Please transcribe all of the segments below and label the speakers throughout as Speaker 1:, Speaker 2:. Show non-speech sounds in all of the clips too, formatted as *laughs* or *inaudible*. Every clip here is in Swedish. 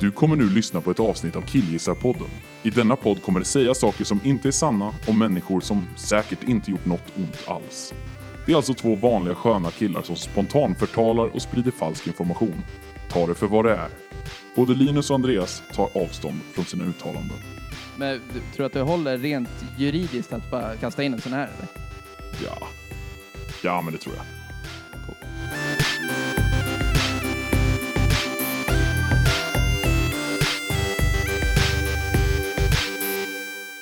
Speaker 1: Du kommer nu lyssna på ett avsnitt av Killgissarpodden. I denna podd kommer det sägas saker som inte är sanna om människor som säkert inte gjort något ont alls. Det är alltså två vanliga sköna killar som spontant förtalar och sprider falsk information. Ta det för vad det är. Både Linus och Andreas tar avstånd från sina uttalanden.
Speaker 2: Men du, tror du att det håller rent juridiskt att bara kasta in en sån här eller?
Speaker 1: Ja. Ja, men det tror jag.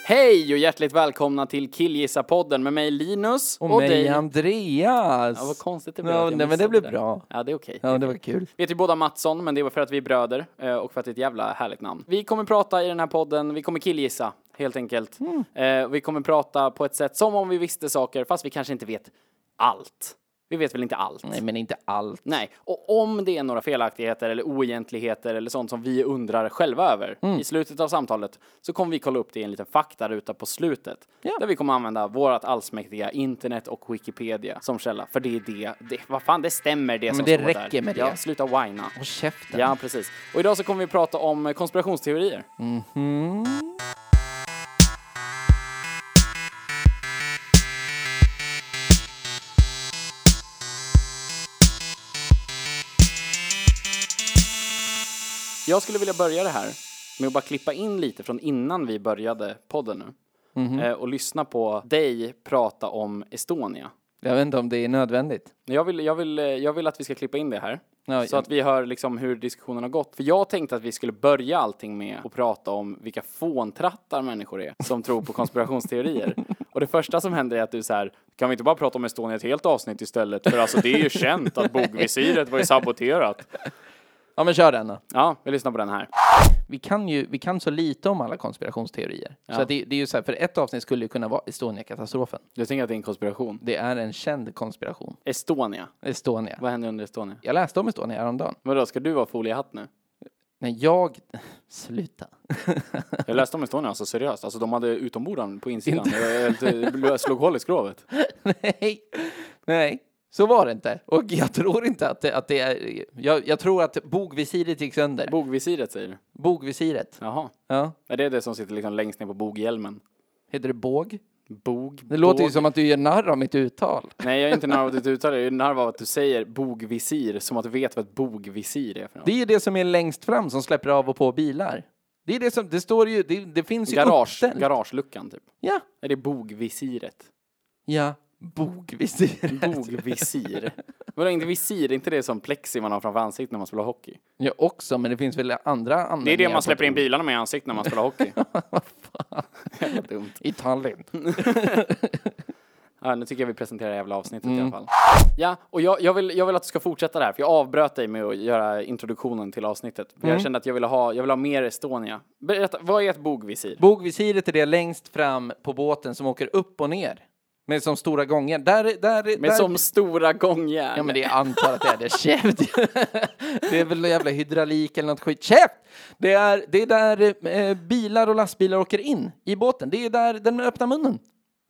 Speaker 3: Hej och hjärtligt välkomna till Killgissa-podden med mig Linus
Speaker 4: Och, mig Andreas!
Speaker 3: Ja, vad konstigt det blev att
Speaker 4: Ja,
Speaker 3: jag
Speaker 4: nej, men det
Speaker 3: missade
Speaker 4: blev
Speaker 3: där.
Speaker 4: bra.
Speaker 3: Ja, det är okej.
Speaker 4: Ja, det var kul.
Speaker 3: Vi heter ju båda Mattsson, men det är för att vi är bröder eh, och för att det är ett jävla härligt namn. Vi kommer prata i den här podden, vi kommer killgissa, helt enkelt.
Speaker 4: Mm.
Speaker 3: Eh, vi kommer prata på ett sätt som om vi visste saker, fast vi kanske inte vet allt. Vi vet väl inte allt?
Speaker 4: Nej, men inte allt.
Speaker 3: Nej, och om det är några felaktigheter eller oegentligheter eller sånt som vi undrar själva över
Speaker 4: Mm.
Speaker 3: i slutet av samtalet så kommer vi kolla upp det i en liten faktaruta på slutet.
Speaker 4: Ja.
Speaker 3: Där vi kommer använda vårat allsmäktiga internet och Wikipedia som källa. För det är det, det vad fan det stämmer det som
Speaker 4: det
Speaker 3: står där.
Speaker 4: räcker med
Speaker 3: Ja,
Speaker 4: det.
Speaker 3: sluta whina.
Speaker 4: Håll käften.
Speaker 3: Ja, precis. Och idag så kommer vi prata om konspirationsteorier.
Speaker 4: Mm.
Speaker 3: Jag skulle vilja börja det här med att bara klippa in lite från innan vi började podden nu.
Speaker 4: Mhm.
Speaker 3: Eh, Och lyssna på dig prata om Estonia.
Speaker 4: Jag vet inte om det är nödvändigt.
Speaker 3: Jag vill, jag, vill, eh, jag vill att vi ska klippa in det här.
Speaker 4: Ja,
Speaker 3: så
Speaker 4: ja.
Speaker 3: att vi hör liksom hur diskussionen har gått. För jag tänkte att vi skulle börja allting med att prata om vilka fåntrattar människor är som tror
Speaker 4: *laughs*
Speaker 3: på konspirationsteorier. Och det första som händer är att du så här, kan vi inte bara prata om Estonia i ett helt avsnitt istället? För alltså det är ju känt att bogvisiret var ju saboterat.
Speaker 4: Ja, men kör den då.
Speaker 3: Ja, vi lyssnar på den här.
Speaker 4: Vi kan ju vi kan så lite om alla konspirationsteorier. Så att det, det är ju så här, för ett avsnitt skulle ju kunna vara Estonia-katastrofen.
Speaker 3: Du tänker att det är en konspiration?
Speaker 4: Det är en känd konspiration.
Speaker 3: Estonia,
Speaker 4: Estonia.
Speaker 3: vad hände under Estonia?
Speaker 4: Jag läste om Estonia häromdagen.
Speaker 3: Vadå, ska du vara foliehatt nu?
Speaker 4: När jag... *laughs* Sluta.
Speaker 3: Jag läste om Estonia, alltså seriöst. Alltså de hade utombordan på insidan. Jag, jag, jag slog hål i skrovet.
Speaker 4: Nej, nej, så var det inte. Och jag tror inte att det, att det är... Jag, jag tror att bogvisiret gick sönder.
Speaker 3: Bogvisiret säger du?
Speaker 4: Bogvisiret.
Speaker 3: Jaha.
Speaker 4: Ja.
Speaker 3: Ja, det är det som sitter liksom längst ner på boghjälmen.
Speaker 4: Heter det båg?
Speaker 3: Bog.
Speaker 4: Det låter ju som att du gör narr av mitt uttal.
Speaker 3: Nej, jag är inte narv av ditt uttal. Jag är narv av att du säger bogvisir, som att du vet vad ett bogvisir är för något.
Speaker 4: Det är ju det som är längst fram som släpper av och på bilar. Det är det som, det står ju, det, det finns ju
Speaker 3: Garage,
Speaker 4: uppställt.
Speaker 3: garageluckan, typ.
Speaker 4: Ja,
Speaker 3: Är det bogvisiret?
Speaker 4: ja, bogvisiret.
Speaker 3: Bogvisir? Vadå, inte visir? Är inte det som plexi man har framför ansiktet när man spelar hockey?
Speaker 4: Ja, också, men det finns väl andra användningar.
Speaker 3: Det är det
Speaker 4: på
Speaker 3: man
Speaker 4: *laughs*
Speaker 3: släpper in bilarna med i ansiktet när man spelar hockey. Jävla dumt.
Speaker 4: I Tallinn.
Speaker 3: Ja, nu tycker jag vi presenterar jävla avsnittet i
Speaker 4: Mm.
Speaker 3: alla fall. Ja, och jag, jag, vill, jag vill att du ska fortsätta det här, för jag avbröt dig med att göra introduktionen till avsnittet. För
Speaker 4: Mm.
Speaker 3: Jag kände att jag ville ha, jag vill ha mer Estonia. Berätta, vad är ett bogvisir?
Speaker 4: Bogvisiret är det längst fram på båten som åker upp och ner. Med som stora gångar. Där, där, där...
Speaker 3: Med som stora gångjärn.
Speaker 4: Ja men det är antar att det är det. Käft! *laughs* Det är väl någon jävla hydraulik eller något skit. Käft! Det är, det är där eh, bilar och lastbilar åker in i båten. Det är där den öppnar munnen.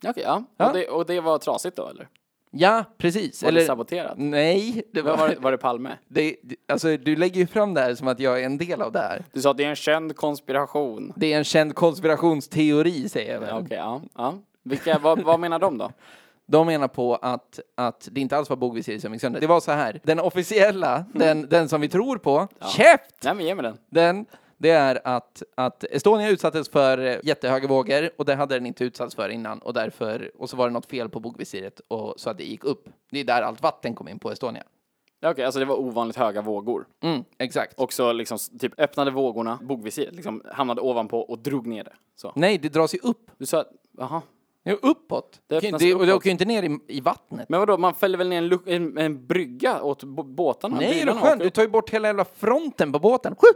Speaker 3: Okej, ja.
Speaker 4: Ja.
Speaker 3: Och, det, och det var trasigt då, eller?
Speaker 4: Ja, precis.
Speaker 3: Var det saboterat?
Speaker 4: Nej, det
Speaker 3: Var,
Speaker 4: var...
Speaker 3: var, det- var det Palme?
Speaker 4: Det, alltså, du lägger ju fram det här som att jag är en del av det här.
Speaker 3: Du sa att det är en känd konspiration.
Speaker 4: Det är en känd konspirationsteori, säger jag väl.
Speaker 3: Ja, Okej, ja. ja. Vilka, vad, vad menar de då?
Speaker 4: De menar på att, att det inte alls var bogvisiret som gick sönder. Det var så här, den officiella,
Speaker 3: Mm.
Speaker 4: den, den som vi tror på, käft!
Speaker 3: Nej men ge mig den.
Speaker 4: Den, det är att, att Estonia utsattes för eh, jättehöga vågor och det hade den inte utsatts för innan och därför, och så var det något fel på bogvisiret och så att det gick upp. Det är där allt vatten kom in på Estonia.
Speaker 3: Ja, Okej, alltså det var ovanligt höga vågor.
Speaker 4: Mm, exakt.
Speaker 3: Och så liksom s- typ öppnade vågorna bogvisiret, liksom hamnade ovanpå och drog ner det. Så.
Speaker 4: Nej, det dras ju upp.
Speaker 3: Du sa att, jaha.
Speaker 4: Ja, uppåt.
Speaker 3: Det
Speaker 4: Det, det,
Speaker 3: öppnas
Speaker 4: det,
Speaker 3: uppåt.
Speaker 4: åker ju inte ner i, i vattnet.
Speaker 3: Men vadå, man fäller väl ner en, lu- en, en brygga åt b- båtarna?
Speaker 4: Nej, det är
Speaker 3: Bilarna
Speaker 4: skönt.
Speaker 3: åker
Speaker 4: Du
Speaker 3: upp.
Speaker 4: tar ju bort hela jävla fronten på båten. Sju!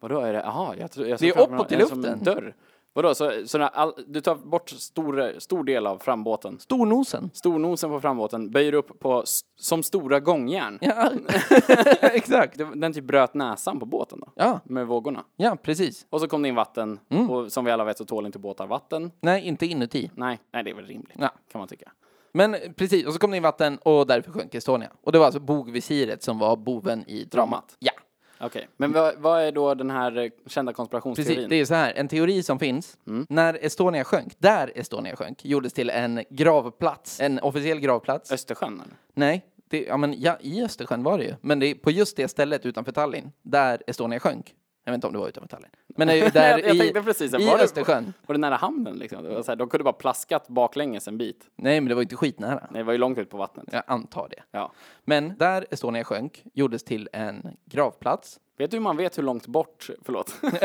Speaker 3: Vadå, är det, jaha, jag, tror- jag
Speaker 4: Det är
Speaker 3: såg framför mig
Speaker 4: uppåt i
Speaker 3: en som
Speaker 4: luften.
Speaker 3: Dörr. Vadå, så, så när all, du tar bort stor, stor del av frambåten? *laughs*
Speaker 4: Stornosen. *laughs*
Speaker 3: Stornosen på frambåten böjer upp på, s- som stora gångjärn.
Speaker 4: Ja, exakt.
Speaker 3: Det, den typ bröt näsan på båten då?
Speaker 4: Ja, Mm.
Speaker 3: Med vågorna.
Speaker 4: ja, precis.
Speaker 3: Och så kom det in vatten, och som vi alla vet så tål inte båtar vatten.
Speaker 4: Nej, inte inuti.
Speaker 3: Nej, nej det är väl rimligt,
Speaker 4: Ja.
Speaker 3: kan man tycka.
Speaker 4: Men precis, och så
Speaker 3: Mm.
Speaker 4: kom det in vatten och därför sjönk Estonia. Och det var alltså bogvisiret som var boven i dramat. Ja.
Speaker 3: Okej, men vad, vad är då den här eh, kända konspirationsteorin?
Speaker 4: Precis, det är så här, en teori som finns.
Speaker 3: Mm.
Speaker 4: När Estonia sjönk, där Estonia sjönk, gjordes till en gravplats, en officiell gravplats.
Speaker 3: Östersjön? Eller?
Speaker 4: Nej, det, ja, men, ja, i Östersjön var det ju. Men det är på just det stället utanför Tallinn, där Estonia sjönk. Jag vet inte om det var utanför Tallinn. Men det är ju där
Speaker 3: *laughs* jag, jag
Speaker 4: i,
Speaker 3: tänkte precis,
Speaker 4: i
Speaker 3: var, det,
Speaker 4: Östersjön.
Speaker 3: var det nära hamnen liksom? Det var så här, de kunde bara plaskat baklänges en bit.
Speaker 4: Nej, men det var ju inte skitnära.
Speaker 3: Nej, det var ju långt ut på vattnet.
Speaker 4: Jag antar det.
Speaker 3: Ja.
Speaker 4: Men där Estonia sjönk gjordes till en gravplats.
Speaker 3: Vet du hur man vet hur långt bort, förlåt,
Speaker 4: Jag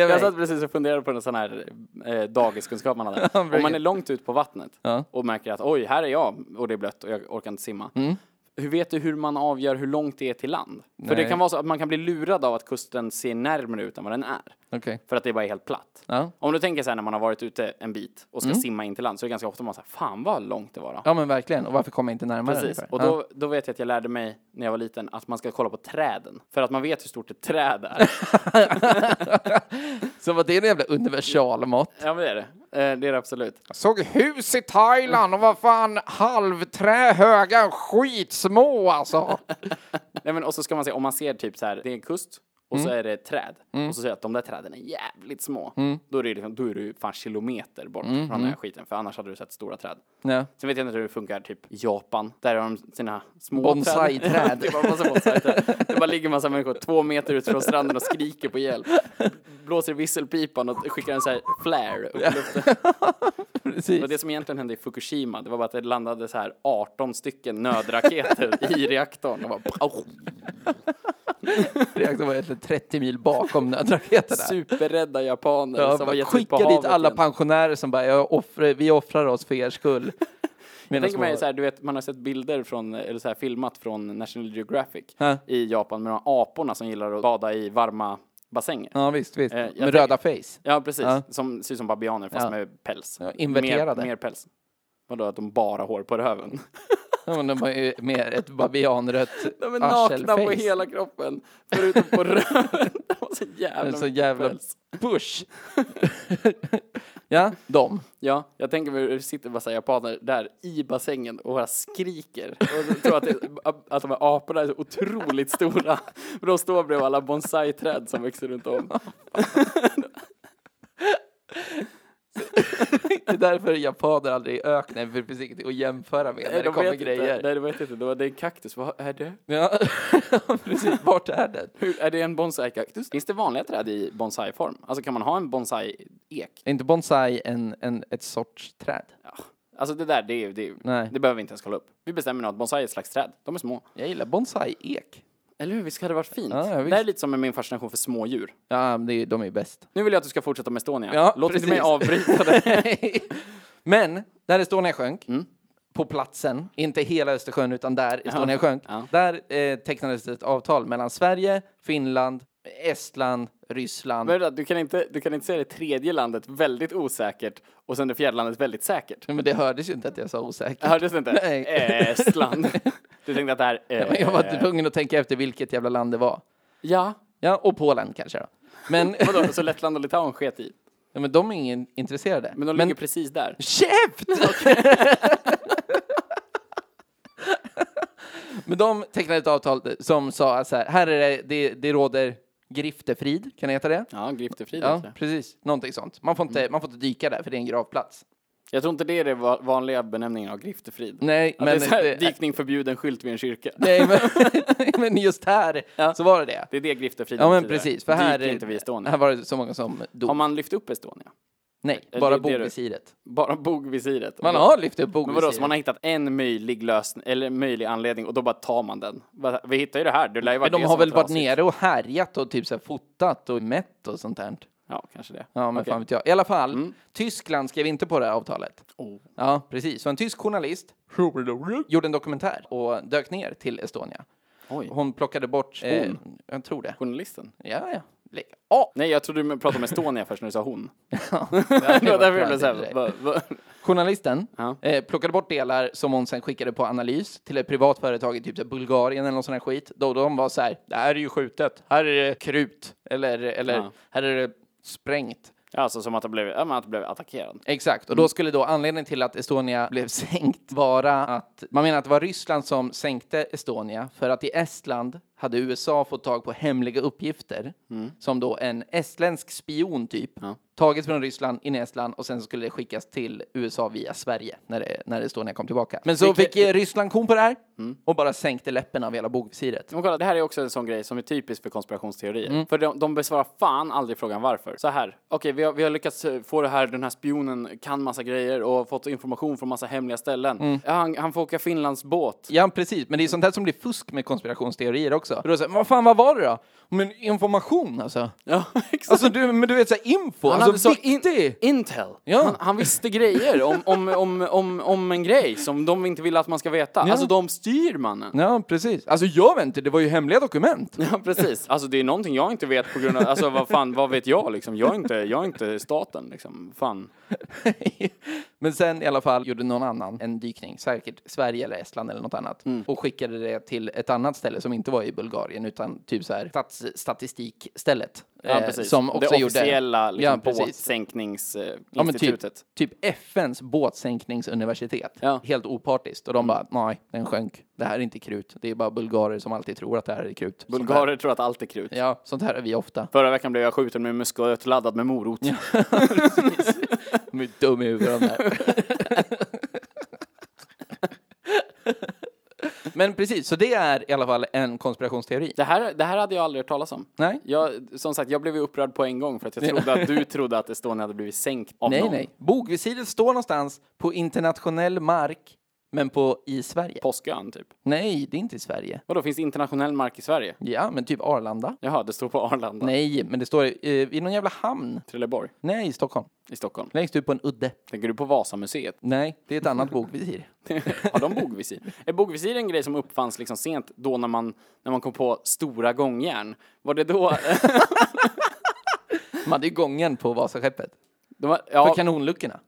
Speaker 3: jag
Speaker 4: vet.
Speaker 3: satt precis och funderade på en sån här eh, dagiskunskap
Speaker 4: *laughs*
Speaker 3: man hade. Om man är långt ut på vattnet
Speaker 4: Ja.
Speaker 3: och märker att oj, här är jag och det är blött och jag orkar inte simma.
Speaker 4: Mm.
Speaker 3: Hur vet du hur man avgör hur långt det är till land? För det
Speaker 4: Nej.
Speaker 3: kan vara så att man kan bli lurad av att kusten ser närmare ut än vad den är.
Speaker 4: Okej.
Speaker 3: För att det bara är helt platt.
Speaker 4: Ja. Mm.
Speaker 3: Om du tänker så här när man har varit ute en bit och ska simma in till land så är det ganska ofta man säger fan vad långt det var då.
Speaker 4: ja, men verkligen. Och varför kom jag inte närmare?
Speaker 3: Precis,
Speaker 4: ungefär?
Speaker 3: och
Speaker 4: Ja.
Speaker 3: då, då vet jag att jag lärde mig när jag var liten att man ska kolla på träden. För att man vet hur stort ett
Speaker 4: *laughs*
Speaker 3: träd är.
Speaker 4: Som att det är en jävla universalmått.
Speaker 3: ja men det är det. Eh, Det är det absolut.
Speaker 4: Jag såg hus i Thailand och vad fan halvträ höga skitsmå alltså.
Speaker 3: Nej, men, och så ska man se, om man ser typ så här, det är en kust och
Speaker 4: Mm.
Speaker 3: så är det ett träd. Och så säger jag att de där träden är jävligt små. Då är det liksom, då är du fan kilometer bort
Speaker 4: Mm,
Speaker 3: från den här skiten. För annars hade du sett stora träd.
Speaker 4: *laughs* Ja.
Speaker 3: Sen vet jag inte hur det funkar typ i Japan. Där har de sina små
Speaker 4: Bonsai-träd.
Speaker 3: *laughs* det, är bara massa bonsai-träd. det bara ligger massa människor två meter ut från stranden och skriker på hjälp. Blåser i visselpipan och skickar en så här flare upp i luften. Det var
Speaker 4: Precis.
Speaker 3: det som egentligen hände i Fukushima. Det var bara att det landade så här 18 stycken *laughs* nödraketer i reaktorn. Och bara, pow.
Speaker 4: Reaktorn var egentligen 30 mil bakom nödraketerna.
Speaker 3: superrädda japaner
Speaker 4: Ja,
Speaker 3: som har gett sig ut på
Speaker 4: skicka
Speaker 3: havet.
Speaker 4: dit alla
Speaker 3: igen.
Speaker 4: pensionärer som bara, jag offrar, vi offrar oss för er *laughs* skull. Medan
Speaker 3: Tänk mig så här, du vet, man har sett bilder från, eller så här filmat från National Geographic
Speaker 4: Ja.
Speaker 3: i Japan med de här aporna som gillar att bada i varma bassänger. Ja.
Speaker 4: Ja visst, visst.
Speaker 3: Eh, jag
Speaker 4: Med
Speaker 3: tänker-
Speaker 4: röda face.
Speaker 3: precis.
Speaker 4: Ja.
Speaker 3: Som ser ut som babianer fast
Speaker 4: Ja.
Speaker 3: med päls.
Speaker 4: Ja, inverterade.
Speaker 3: Mer, mer päls. Vadå, att de bara har hår på röven?
Speaker 4: Ja, men de har ju mer ett babianrött
Speaker 3: *laughs* De är nakna på
Speaker 4: arselface.
Speaker 3: hela kroppen, förutom på *laughs* röven. De har så
Speaker 4: En
Speaker 3: jävla
Speaker 4: så jävla
Speaker 3: päls.
Speaker 4: push. ja, de.
Speaker 3: Ja, jag tänker mig hur det sitter en massa japaner där i bassängen och bara skriker. Och jag tror att, det, att de här aporna är så otroligt stora. Men de står bredvid alla bonsai-träd som växer runt om.
Speaker 4: Det är därför japaner aldrig är i öknen, för det finns inget att jämföra med när det
Speaker 3: de
Speaker 4: kommer
Speaker 3: vet Inte,
Speaker 4: grejer.
Speaker 3: nej, de vet inte. Det, var, det är en kaktus. Vad är det?
Speaker 4: Ja, *laughs* precis. Vart är den?
Speaker 3: Hur, är det en bonsai-kaktus? Finns det vanliga träd i bonsai-form? Alltså kan man ha en bonsai-ek?
Speaker 4: Är inte bonsai en, en, ett sorts träd?
Speaker 3: Ja. Alltså det där, det, är, det, är-
Speaker 4: Nej.
Speaker 3: det behöver vi inte ens kolla upp. Vi bestämmer nu att bonsai är ett slags träd. De är små.
Speaker 4: Jag gillar bonsai-ek.
Speaker 3: Eller hur? Visst hade det varit fint?
Speaker 4: Ja, ja,
Speaker 3: det
Speaker 4: visst.
Speaker 3: här är lite som med min fascination för smådjur.
Speaker 4: Ja, men det är, de är ju bäst. *laughs*
Speaker 3: Nu vill jag att du ska fortsätta med Estonia.
Speaker 4: Ja,
Speaker 3: Låt inte mig
Speaker 4: precis. *laughs*
Speaker 3: avbryta dig.
Speaker 4: men, där Estonia sjönk, på platsen, inte hela Östersjön utan där Estonia sjönk,
Speaker 3: Ja.
Speaker 4: där eh, tecknades ett avtal mellan Sverige, Finland, Estland, Ryssland.
Speaker 3: Men vänta, du kan, inte, du kan inte säga det tredje landet väldigt osäkert och sen det fjärde landet väldigt säkert.
Speaker 4: Men det hördes ju inte att jag sa *laughs* osäkert.
Speaker 3: Hördes det inte?
Speaker 4: Nej. *laughs*
Speaker 3: Estland. Du tänkte att det här... eh,
Speaker 4: Men Jag var tvungen att tänka efter vilket jävla land det var.
Speaker 3: Ja.
Speaker 4: Ja, och Polen kanske då.
Speaker 3: *laughs*
Speaker 4: Men,
Speaker 3: Vadå, så Lettland och Litauen sket i?
Speaker 4: ja, men de är ingen intresserade.
Speaker 3: Men de ligger precis där.
Speaker 4: Käft! *laughs* men de tecknade ett avtal som sa så här, här är det, det, det råder griftefrid, kan det heta det?
Speaker 3: Ja, griftefrid. alltså.
Speaker 4: Ja, precis. Någonting sånt. Man får, inte,
Speaker 3: Mm.
Speaker 4: man får inte dyka där, för det är en gravplats.
Speaker 3: Jag tror inte det är den va- vanliga benämningen av griftefrid.
Speaker 4: Nej,
Speaker 3: Att
Speaker 4: men...
Speaker 3: det är så här,
Speaker 4: det-
Speaker 3: dykning förbjuden skylt vid en kyrka.
Speaker 4: *laughs* nej, men, men *laughs* just här så var det det.
Speaker 3: Det är det griftefrid
Speaker 4: Ja, men
Speaker 3: betyder.
Speaker 4: precis. För här,
Speaker 3: Dyk inte vid Estonia.
Speaker 4: här var det så många som dog.
Speaker 3: Har man lyft upp Estonia?
Speaker 4: Nej,
Speaker 3: det- det
Speaker 4: bara
Speaker 3: är det-
Speaker 4: bogvisiret.
Speaker 3: Bara bogvisiret?
Speaker 4: Man har lyft upp
Speaker 3: Men vadå,
Speaker 4: bogvisiret.
Speaker 3: så man har hittat en möjlig lösning, eller möjlig anledning och då bara tar man den? Va- Vi hittar ju det här, det lär ju varit
Speaker 4: Men de
Speaker 3: det
Speaker 4: har
Speaker 3: som
Speaker 4: väl
Speaker 3: var
Speaker 4: varit
Speaker 3: trasigt.
Speaker 4: nere och härjat och typ så här fotat och mätt och sånt där.
Speaker 3: Ja, kanske det.
Speaker 4: Ja, men
Speaker 3: Okej. Mm.
Speaker 4: fan vet jag. I alla fall, Tyskland skrev inte på det här avtalet.
Speaker 3: Oh,
Speaker 4: Ja, precis. Så en tysk journalist gjorde en dokumentär och dök ner till Estonia.
Speaker 3: Oj.
Speaker 4: Hon plockade bort... Eh, jag tror det.
Speaker 3: Journalisten?
Speaker 4: Ja, ja. Lägg av!
Speaker 3: Nej, jag trodde du pratade om Estonia först när du sa hon.
Speaker 4: *laughs* Ja,
Speaker 3: *laughs* Det var därför jag
Speaker 4: bra,
Speaker 3: blev
Speaker 4: det är
Speaker 3: såhär,
Speaker 4: det.
Speaker 3: va, va?
Speaker 4: Journalisten
Speaker 3: Ja.
Speaker 4: eh, plockade bort delar som hon sen skickade på analys till ett privat företag i typ så här Bulgarien eller någon sån här skit. Då de var så här, det här är ju skjutet, här är det krut, eller, eller
Speaker 3: Ja.
Speaker 4: här är det sprängt.
Speaker 3: Alltså som att han blev, ja, men att han blev attackerad.
Speaker 4: Exakt, och då skulle då anledningen till att Estonia blev *laughs* sänkt vara att man menar att det var Ryssland som sänkte Estonia för att i Estland hade USA fått tag på hemliga uppgifter som då en estländsk spion typ tagits från Ryssland in i Estland och sen så skulle det skickas till USA via Sverige när, det, när Estonia kom tillbaka. Men så
Speaker 3: Vilket-
Speaker 4: fick eh, Ryssland kon på det här och bara sänkte läppen av hela bogvisiret.
Speaker 3: Men kolla, det här är också en sån grej som är typisk för konspirationsteorier.
Speaker 4: Mm.
Speaker 3: För de, de besvarar fan aldrig frågan varför. Så här, okej vi, har, vi har lyckats eh, få det här, den här spionen kan massa grejer och har fått information från massa hemliga ställen.
Speaker 4: Mm.
Speaker 3: Ja, han, han får åka Finlands båt.
Speaker 4: Ja, precis. Men det är sånt här som blir fusk med konspirationsteorier också. För då säger man, vad fan, vad var det då? Men information alltså.
Speaker 3: Ja, *laughs* exakt.
Speaker 4: Alltså du, men du vet såhär info,
Speaker 3: han
Speaker 4: alltså
Speaker 3: hade så in,
Speaker 4: viktig!
Speaker 3: intel.
Speaker 4: Ja.
Speaker 3: Han, han visste grejer om, om, om, om, om en grej som de inte vill att man ska veta. Alltså de styr mannen.
Speaker 4: Ja, precis. Alltså jag vet inte, det var ju hemliga dokument.
Speaker 3: Ja, precis. Alltså det är någonting jag inte vet på grund av, alltså vad fan, vad vet jag liksom? Jag är inte, jag är inte staten liksom. Fan.
Speaker 4: *laughs* Men sen i alla fall gjorde någon annan en dykning, säkert Sverige eller Estland eller något annat,
Speaker 3: Mm.
Speaker 4: och skickade det till ett annat ställe som inte var i Bulgarien utan typ så här statsstatistikstället.
Speaker 3: Ja,
Speaker 4: eh,
Speaker 3: precis.
Speaker 4: som också
Speaker 3: det officiella
Speaker 4: gjorde...
Speaker 3: liksom,
Speaker 4: precis.
Speaker 3: båtsänkningsinstitutet.
Speaker 4: Ja, men typ, typ FNs båtsänkningsuniversitet.
Speaker 3: Ja. Mm.
Speaker 4: Helt opartiskt. Och de bara, nej, den sjönk. Det här är inte krut. Det är bara bulgarer som alltid tror att det här är krut. Sånt här-
Speaker 3: Bulgarer tror att allt är krut.
Speaker 4: Ja, sånt här är vi ofta.
Speaker 3: Förra veckan blev jag skjuten med musköt laddad med morot.
Speaker 4: De är dumma i huvudet de där. Men precis, så det är i alla fall en konspirationsteori.
Speaker 3: Det, här, det här hade jag aldrig hört talas om.
Speaker 4: Nej.
Speaker 3: Jag, som sagt, jag blev ju upprörd på en gång för att jag trodde
Speaker 4: *laughs*
Speaker 3: att du trodde att Estonia hade blivit sänkt av
Speaker 4: Nej,
Speaker 3: någon.
Speaker 4: nej. Bogvisiret står någonstans på internationell mark, men på i Sverige.
Speaker 3: Påskön, typ.
Speaker 4: Nej, det är inte i Sverige.
Speaker 3: Vadå, finns det internationell mark i Sverige?
Speaker 4: Ja, men typ Arlanda.
Speaker 3: Jaha, det står på Arlanda.
Speaker 4: Nej, men det står eh, i någon jävla hamn.
Speaker 3: Trelleborg
Speaker 4: Nej, i Stockholm.
Speaker 3: i Stockholm.
Speaker 4: Längst ut på en udde.
Speaker 3: Tänker du på Vasamuseet? *laughs*
Speaker 4: Nej, det är ett annat bogvisir.
Speaker 3: Har de bogvisir? Är bogvisir en grej som uppfanns liksom sent då när man, när man kom på stora gångjärn? Var det då... *laughs*
Speaker 4: De hade ju gången på Vasaskeppet.
Speaker 3: De var,
Speaker 4: För
Speaker 3: ja,
Speaker 4: kanonluckorna.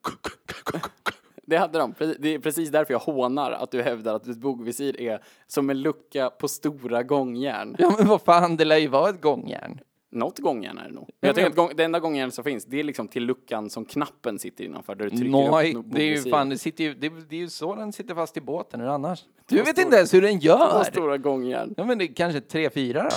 Speaker 3: Det hade de. Pre- Det är precis därför jag hånar att du hävdar att ett bogvisir är som en lucka på stora gångjärn.
Speaker 4: Ja, men vad fan, det lär ju vara ett gångjärn.
Speaker 3: Något gångjärn är det nog. Men jag tänker att gång, det enda gångjärn som finns, det är liksom till luckan som knappen sitter innanför där du trycker
Speaker 4: Nej,
Speaker 3: upp
Speaker 4: det är ju
Speaker 3: bogvisiret.
Speaker 4: fan, det, sitter ju, det, det är ju så den sitter fast i båten, hur annars? Du vet inte ens hur den
Speaker 3: Två
Speaker 4: gör!
Speaker 3: stora gångjärn.
Speaker 4: Ja men det är kanske tre, fyra då?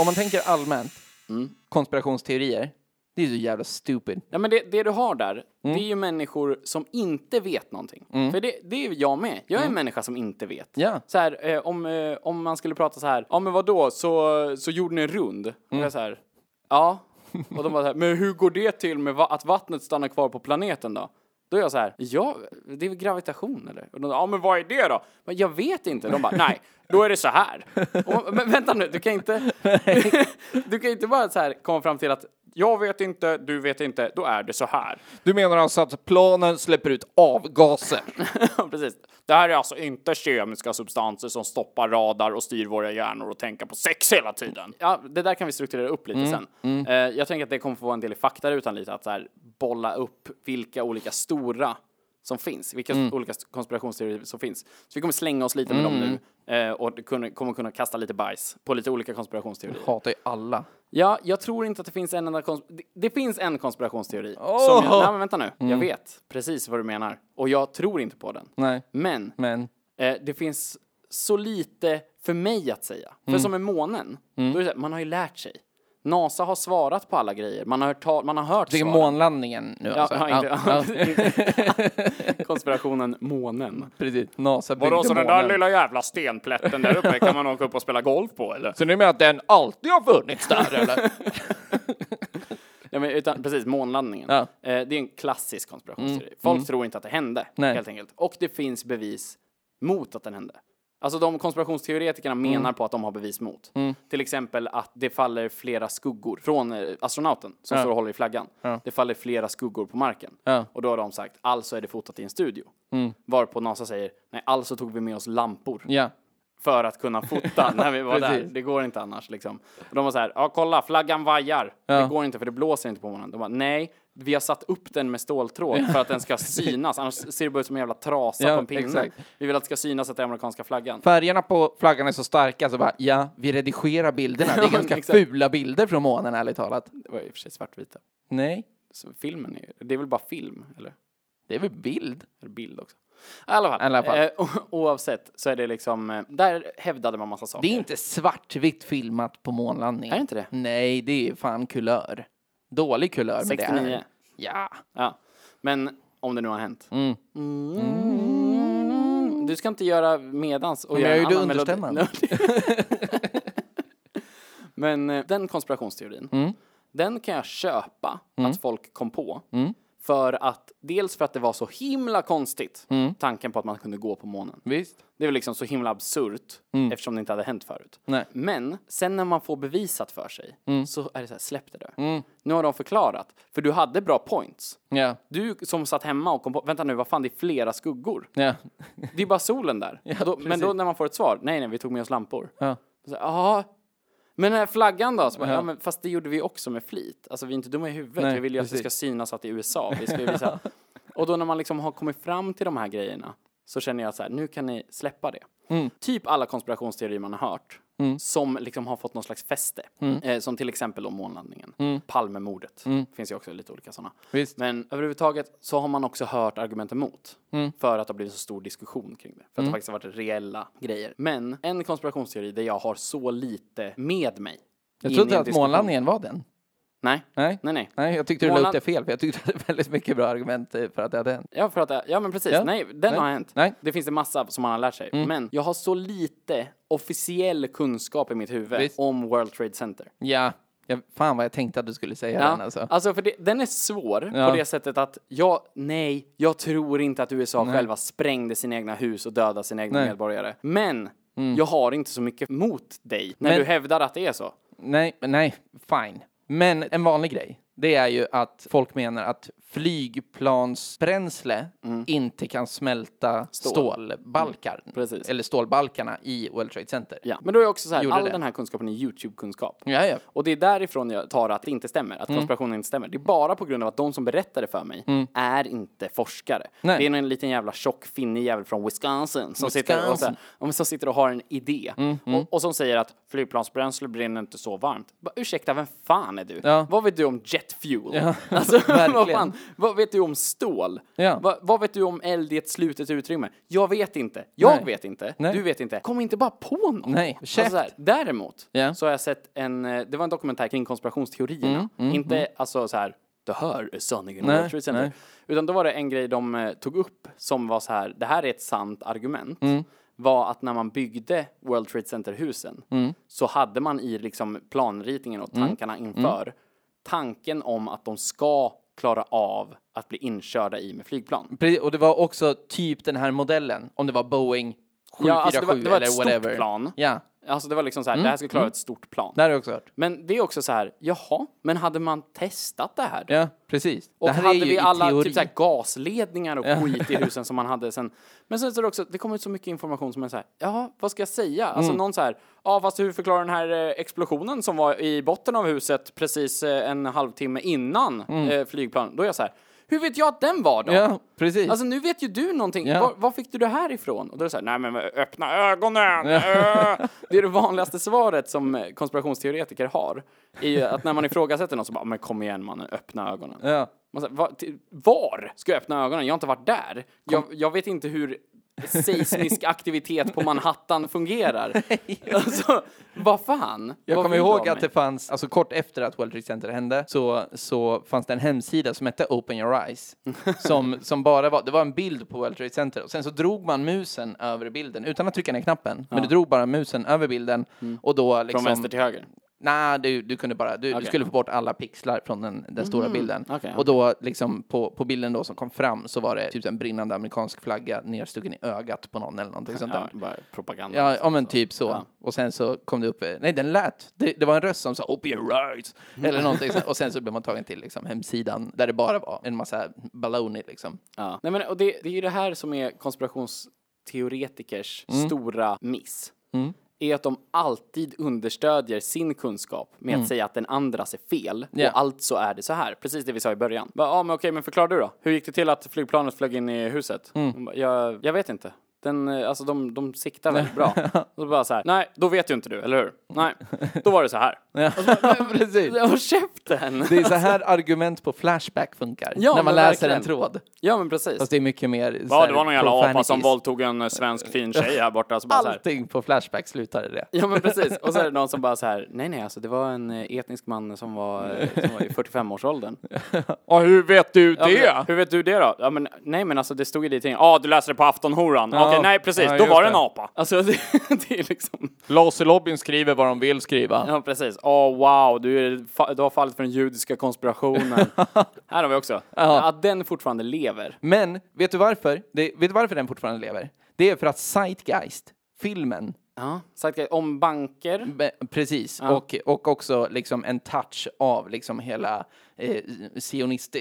Speaker 4: Om man tänker allmänt, Mm. konspirationsteorier, det är så jävla stupid.
Speaker 3: Ja, men det, det du har där, det är ju människor som inte vet någonting. För det, det är ju jag med. Jag är en människa som inte vet.
Speaker 4: Ja.
Speaker 3: Så här, eh, om, eh, om man skulle prata så här, ja men vadå, så, så jorden är rund? Och jag så här, ja. Och de bara så här, men hur går det till med va- att vattnet stannar kvar på planeten då? Då är jag så här, ja, det är väl gravitation eller? Och de, ja men vad är det då? Men jag vet inte. De bara, nej, då är det så här. Och, men vänta nu, du kan inte, *laughs* du kan inte bara så här komma fram till att jag vet inte, du vet inte, då är det så här.
Speaker 4: Du menar alltså att planen släpper ut avgaser?
Speaker 3: *laughs* Ja, Precis. Det här är alltså inte kemiska substanser som stoppar radar och styr våra hjärnor och tänka på sex hela tiden. Ja, det där kan vi strukturera upp lite sen. Eh, jag tänker att det kommer få vara en del i faktarutan lite, att så här, bolla upp vilka olika stora som finns, vilka olika konspirationsteorier som finns. Så vi kommer slänga oss lite med dem nu eh, och det kunde- kommer kunna kasta lite bajs på lite olika konspirationsteorier.
Speaker 4: Hatar ju alla.
Speaker 3: Ja, jag tror inte att det finns en enda kons- det, det finns en konspirationsteori. Som jag, nej, men vänta nu. Jag vet precis vad du menar. Och jag tror inte på den.
Speaker 4: Nej,
Speaker 3: Men,
Speaker 4: men
Speaker 3: Eh, det finns så lite för mig att säga. För
Speaker 4: Mm.
Speaker 3: som med månen, då är det så här, man har ju lärt sig. NASA har svarat på alla grejer. Man har hört, tal- man har hört
Speaker 4: det är
Speaker 3: svaren.
Speaker 4: månlandningen nu
Speaker 3: Ja,
Speaker 4: alltså.
Speaker 3: ja, inte, *laughs* konspirationen månen.
Speaker 4: *laughs* Precis, NASA byggde
Speaker 3: jävla stenplätten där uppe kan man åka upp och spela golf på eller?
Speaker 4: Så ni menar att den alltid har funnits där eller?
Speaker 3: Ja, men utan, precis, månlandningen.
Speaker 4: *laughs* Ja.
Speaker 3: Eh, det är en klassisk konspirationsteori. Folk tror inte att det hände,
Speaker 4: Mm. Nej.
Speaker 3: helt enkelt. Och det finns bevis mot att den hände. Alltså de konspirationsteoretikerna
Speaker 4: Mm.
Speaker 3: menar på att de har bevis mot. Till exempel att det faller flera skuggor från eh, astronauten som står och håller i flaggan. Det faller flera skuggor på marken.
Speaker 4: Ja. Mm.
Speaker 3: Och då har de sagt, alltså är det fotat i en studio. Varpå NASA säger, nej alltså tog vi med oss lampor
Speaker 4: ja.
Speaker 3: för att kunna
Speaker 4: *laughs*
Speaker 3: fota när vi var där.
Speaker 4: Precis.
Speaker 3: Det går inte annars liksom. Och de var så här, ja kolla, flaggan vajar. Det går inte för det blåser inte på månaden. De bara, nej, Vi har satt upp den med ståltråd för att
Speaker 4: *laughs*
Speaker 3: den ska synas, annars ser det bara ut som en jävla trasa
Speaker 4: Ja,
Speaker 3: på en pinne.
Speaker 4: exakt.
Speaker 3: Vi vill att det ska synas att det är amerikanska flaggan.
Speaker 4: Färgerna på flaggan är så starka så bara, ja, vi redigerar bilderna. Det är
Speaker 3: Ja,
Speaker 4: ganska
Speaker 3: exakt.
Speaker 4: fula bilder från månen, ärligt talat.
Speaker 3: Det var i och för sig svartvita.
Speaker 4: Nej,
Speaker 3: Så filmen är, det är väl bara film, eller?
Speaker 4: det är väl bild?
Speaker 3: Eller bild också. I alla fall.
Speaker 4: I alla fall.
Speaker 3: Eh, *laughs* o- oavsett så är det liksom, eh, där hävdade man massa saker.
Speaker 4: Det är inte svartvitt filmat på månlandningen.
Speaker 3: Är det inte det?
Speaker 4: Nej, det är fan kulör. Dålig kulör. men det är-
Speaker 3: 69.
Speaker 4: Ja.
Speaker 3: Ja. Men om det nu har hänt. Mm. Du ska inte göra medans och
Speaker 4: Men
Speaker 3: göra
Speaker 4: jag gjorde
Speaker 3: en annan melodi. *laughs*
Speaker 4: understämman.
Speaker 3: Men eh, den konspirationsteorin,
Speaker 4: Mm.
Speaker 3: den kan jag köpa att folk kom på.
Speaker 4: Mm.
Speaker 3: För att, dels för att det var så himla konstigt,
Speaker 4: Mm.
Speaker 3: tanken på att man kunde gå på månen.
Speaker 4: Visst.
Speaker 3: Det var liksom så himla absurt eftersom det inte hade hänt förut.
Speaker 4: Mm. Nej. Mm.
Speaker 3: Men sen när man får bevisat för sig så är det så här, släpp det där. Nu har de förklarat, för du hade bra points.
Speaker 4: Ja.
Speaker 3: Du som satt hemma och kom på, vänta nu, vad fan det är flera skuggor.
Speaker 4: Ja.
Speaker 3: Det är bara
Speaker 4: *laughs*
Speaker 3: solen där. då, men
Speaker 4: precis.
Speaker 3: då när man får ett svar, nej nej, vi tog med oss lampor.
Speaker 4: Ja.
Speaker 3: Så, här, "Jaha. men den här flaggan då? Så bara, ja, men, fast det gjorde vi också med flit. Alltså vi är inte dumma i huvudet,
Speaker 4: Nej,
Speaker 3: vi vill ju att det ska
Speaker 4: precis.
Speaker 3: synas att det är USA. Vi ska ju visa.
Speaker 4: *laughs*
Speaker 3: och då när man liksom har kommit fram till de här grejerna så känner jag så här, nu kan ni släppa det.
Speaker 4: Mm.
Speaker 3: Typ alla konspirationsteorier man har hört som liksom har fått någon slags fäste.
Speaker 4: Mm.
Speaker 3: Eh, som till exempel om månlandningen. Palmemordet. Finns ju också lite olika sådana.
Speaker 4: Visst.
Speaker 3: Men överhuvudtaget så har man också hört argument emot.
Speaker 4: Mm.
Speaker 3: För att det har blivit så stor diskussion kring det. För att det faktiskt har varit reella grejer. Men en konspirationsteori där jag har så lite med mig.
Speaker 4: Jag
Speaker 3: in i
Speaker 4: trodde
Speaker 3: en
Speaker 4: att
Speaker 3: diskussion.
Speaker 4: månlandningen var den.
Speaker 3: Nej.
Speaker 4: Nej.
Speaker 3: Nej, nej.
Speaker 4: Nej, jag tyckte du la
Speaker 3: Månland-
Speaker 4: upp det fel, för jag tyckte du hade väldigt mycket bra argument eh, för att det hade hänt.
Speaker 3: Ja, för att, det- ja men precis.
Speaker 4: Ja.
Speaker 3: Nej, den
Speaker 4: Nej.
Speaker 3: har hänt.
Speaker 4: Nej. Mm.
Speaker 3: Det finns en massa som man har lärt sig. Men jag har så lite officiell kunskap i mitt huvud
Speaker 4: Visst.
Speaker 3: om World Trade Center.
Speaker 4: Ja. Jag, fan vad jag tänkte att du skulle säga den alltså.
Speaker 3: för det, den är svår
Speaker 4: Ja.
Speaker 3: på det sättet att jag, nej, jag tror inte att USA själva sprängde sina egna hus och dödade sina egna
Speaker 4: Nej. Mm.
Speaker 3: medborgare. Men jag har inte så mycket mot dig när
Speaker 4: Men-
Speaker 3: du hävdar att det är så.
Speaker 4: Nej, men nej, fine. Men en vanlig grej, det är ju att folk menar att flygplansbränsle
Speaker 3: Mm.
Speaker 4: inte kan smälta stålbalkar.
Speaker 3: precis.
Speaker 4: Eller stålbalkarna i World Trade Center.
Speaker 3: Ja. Men då är också så här,
Speaker 4: Gjorde
Speaker 3: all
Speaker 4: det.
Speaker 3: den här kunskapen är YouTube-kunskap.
Speaker 4: Ja, ja.
Speaker 3: Och det är därifrån jag tar att det inte stämmer,
Speaker 4: Mm.
Speaker 3: att konspirationen inte stämmer. Det är bara på grund av att de som berättar det för mig är inte forskare.
Speaker 4: Nej.
Speaker 3: Det är en liten jävla tjock finnig jävel från Wisconsin som, Sitter, och så här,
Speaker 4: Wisconsin. Mm,
Speaker 3: ja, men som sitter och har en idé. Och, och som säger att flygplansbränsle brinner inte så varmt. Bara, Ursäkta, vem fan är du?
Speaker 4: Ja.
Speaker 3: Vad vet du om jet fuel? *laughs* alltså, vad, fan,
Speaker 4: verkligen.
Speaker 3: vad vet du om stål?
Speaker 4: Ja.
Speaker 3: Vad, vad vet du om eld i ett slutet utrymme? Jag vet inte. Jag
Speaker 4: Nej.
Speaker 3: vet inte.
Speaker 4: Nej.
Speaker 3: Du vet inte. Kom inte bara på något.
Speaker 4: Nej,
Speaker 3: alltså, så här, Däremot
Speaker 4: Ja. Mm,
Speaker 3: så har jag sett en, eh, det var en dokumentär kring konspirationsteorierna. inte alltså så här, det här är sanningen. om
Speaker 4: Nej,
Speaker 3: World Trade Center."
Speaker 4: nej.
Speaker 3: Utan då var det en grej de eh, tog upp som var så här, det här är ett sant argument.
Speaker 4: Mm.
Speaker 3: var att när man byggde World Trade Center-husen
Speaker 4: Mm.
Speaker 3: så hade man i liksom planritningen och tankarna inför tanken om att de ska klara av att bli inkörda i med flygplan.
Speaker 4: Precis, Och det var också typ den här modellen, om det var Boeing 747
Speaker 3: Ja, alltså det var- det var ett
Speaker 4: eller
Speaker 3: stort
Speaker 4: whatever.
Speaker 3: plan.
Speaker 4: Ja,
Speaker 3: Alltså det var liksom så här,
Speaker 4: Mm,
Speaker 3: det här ska klara ett stort plan.
Speaker 4: det har jag också hört.
Speaker 3: Men det är också så här, jaha, men hade man testat det här då?
Speaker 4: Ja, precis.
Speaker 3: Och
Speaker 4: det här
Speaker 3: hade
Speaker 4: är ju
Speaker 3: vi
Speaker 4: i
Speaker 3: alla
Speaker 4: teori.
Speaker 3: typ så här gasledningar och skit i husen som man hade sen. Men sen så är det också, det kommer ut så mycket information som är så här, ja, vad ska jag säga?
Speaker 4: Mm.
Speaker 3: Alltså någon så här, ja fast hur förklarar den här eh, explosionen som var i botten av huset precis eh, en halvtimme innan eh, flygplanet? Då är jag så här, hur vet jag att den var då?
Speaker 4: Mm. Ja, precis.
Speaker 3: Alltså nu vet ju du någonting.
Speaker 4: Ja.
Speaker 3: Var, var fick du det här ifrån? Och då är det så här, nej men öppna ögonen! Ö! *laughs* det är det vanligaste svaret som eh, konspirationsteoretiker har. Är ju att när man ifrågasätter någon så bara, men kom igen mannen, öppna ögonen.
Speaker 4: ja.
Speaker 3: Man säger, "Va- till- var ska jag öppna ögonen? Jag har inte varit där. Jag, jag vet inte hur
Speaker 4: *laughs*
Speaker 3: seismisk aktivitet på Manhattan fungerar. alltså, vad fan?
Speaker 4: Jag
Speaker 3: Vad
Speaker 4: kommer
Speaker 3: vill du
Speaker 4: ihåg
Speaker 3: av
Speaker 4: att
Speaker 3: mig?
Speaker 4: det fanns, alltså kort efter att World Trade Center hände, så, så fanns det en hemsida som hette Open Your
Speaker 3: *laughs*
Speaker 4: Eyes. Som, som bara var, det var en bild på World Trade Center. Och sen så drog man musen över bilden, utan att trycka ner knappen. Men du drog bara musen över bilden och då liksom...
Speaker 3: Mm. Från vänster till höger?
Speaker 4: Nej, du, du kunde bara, du,
Speaker 3: Okej. Mm.
Speaker 4: du skulle få bort alla pixlar från den, den stora bilden.
Speaker 3: okej,
Speaker 4: Och då liksom på, på bilden då som kom fram så var det typ en brinnande amerikansk flagga nerstucken i ögat på någon eller någonting sånt
Speaker 3: Ja,
Speaker 4: där.
Speaker 3: bara propaganda.
Speaker 4: Ja, ja men typ så.
Speaker 3: Ja.
Speaker 4: Och sen så kom det upp, eh, nej den lät, det, det var en röst som sa open your eyes
Speaker 3: Mm.
Speaker 4: eller någonting
Speaker 3: *laughs*
Speaker 4: sånt. Och sen så blev man tagen till liksom, hemsidan där det bara var en massa baloney
Speaker 3: *laughs*
Speaker 4: liksom.
Speaker 3: Ja. Nej, men, och
Speaker 4: Mm.
Speaker 3: det, det är ju det här som är konspirationsteoretikers stora miss. är att de alltid understödjer sin kunskap med att säga att den andras är fel
Speaker 4: Mm. Ja.
Speaker 3: och alltså är det så här. Precis det vi sa i början. Bara, Ja, men okej, men förklara du då. Hur gick det till att flygplanet flög in i huset?
Speaker 4: Mm.
Speaker 3: Hon bara, Jag, jag vet inte. Den, eh, alltså de, de siktar väldigt
Speaker 4: *laughs*
Speaker 3: bra. Och då bara så här, nej, då vet ju inte du, eller hur? Nej, då var det så här. *laughs*
Speaker 4: Ja, *laughs* precis.
Speaker 3: Jag har köpt den!
Speaker 4: Det är så här argument på Flashback funkar.
Speaker 3: Ja,
Speaker 4: när man
Speaker 3: men
Speaker 4: läser
Speaker 3: verkligen.
Speaker 4: en tråd.
Speaker 3: Ja, men precis.
Speaker 4: Fast det är mycket mer... så
Speaker 3: Ja,
Speaker 4: här
Speaker 3: det var någon jävla apa som
Speaker 4: profanities.
Speaker 3: våldtog en eh, svensk fin tjej här borta. Så bara så här,
Speaker 4: Allting på Flashback slutar i det.
Speaker 3: Ja men precis, och så är det någon som bara så här, nej nej alltså det var en eh, etnisk man som var, eh, som var i 45-årsåldern.
Speaker 4: *laughs* Ja, hur vet du
Speaker 3: Ja, men, hur vet du det då? Ja men nej men alltså det stod ju det i tidningen, ja ah, du läste det på aftonhoran,
Speaker 4: Ja.
Speaker 3: okej nej precis,
Speaker 4: Ja,
Speaker 3: då
Speaker 4: just
Speaker 3: var det en
Speaker 4: det. *laughs*
Speaker 3: apa. Alltså det, det är liksom,
Speaker 4: Laserlobbyn skriver vad de vill skriva.
Speaker 3: ja precis, åh wow du, är, fa- du har fallit för den
Speaker 4: *laughs*
Speaker 3: judiska konspirationen. här har vi också, att den fortfarande lever.
Speaker 4: Men vet du varför? Det, vet du varför den fortfarande lever? Det är för att Zeitgeist, filmen,
Speaker 3: Ja, sagt om banker,
Speaker 4: be- precis, och, och också liksom en touch av liksom hela eh,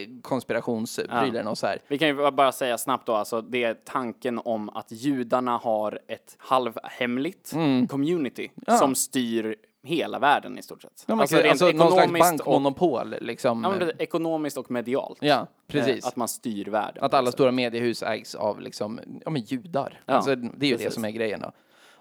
Speaker 4: sionistkonspirationsprylen och så här.
Speaker 3: Vi kan ju bara säga snabbt då, alltså det är tanken om att judarna har ett halvhemligt
Speaker 4: Mm.
Speaker 3: community som styr hela världen i stort sett.
Speaker 4: Ja, men, alltså, alltså någon slags
Speaker 3: och,
Speaker 4: bankmonopol liksom.
Speaker 3: ja, men, precis, ekonomiskt och medialt.
Speaker 4: Ja, precis.
Speaker 3: Eh, Att man styr världen. alltså.
Speaker 4: Att alla stora mediehus ägs av liksom, ja, men judar.
Speaker 3: Ja,
Speaker 4: alltså, det är ju det
Speaker 3: precis.
Speaker 4: som är grejen. Då.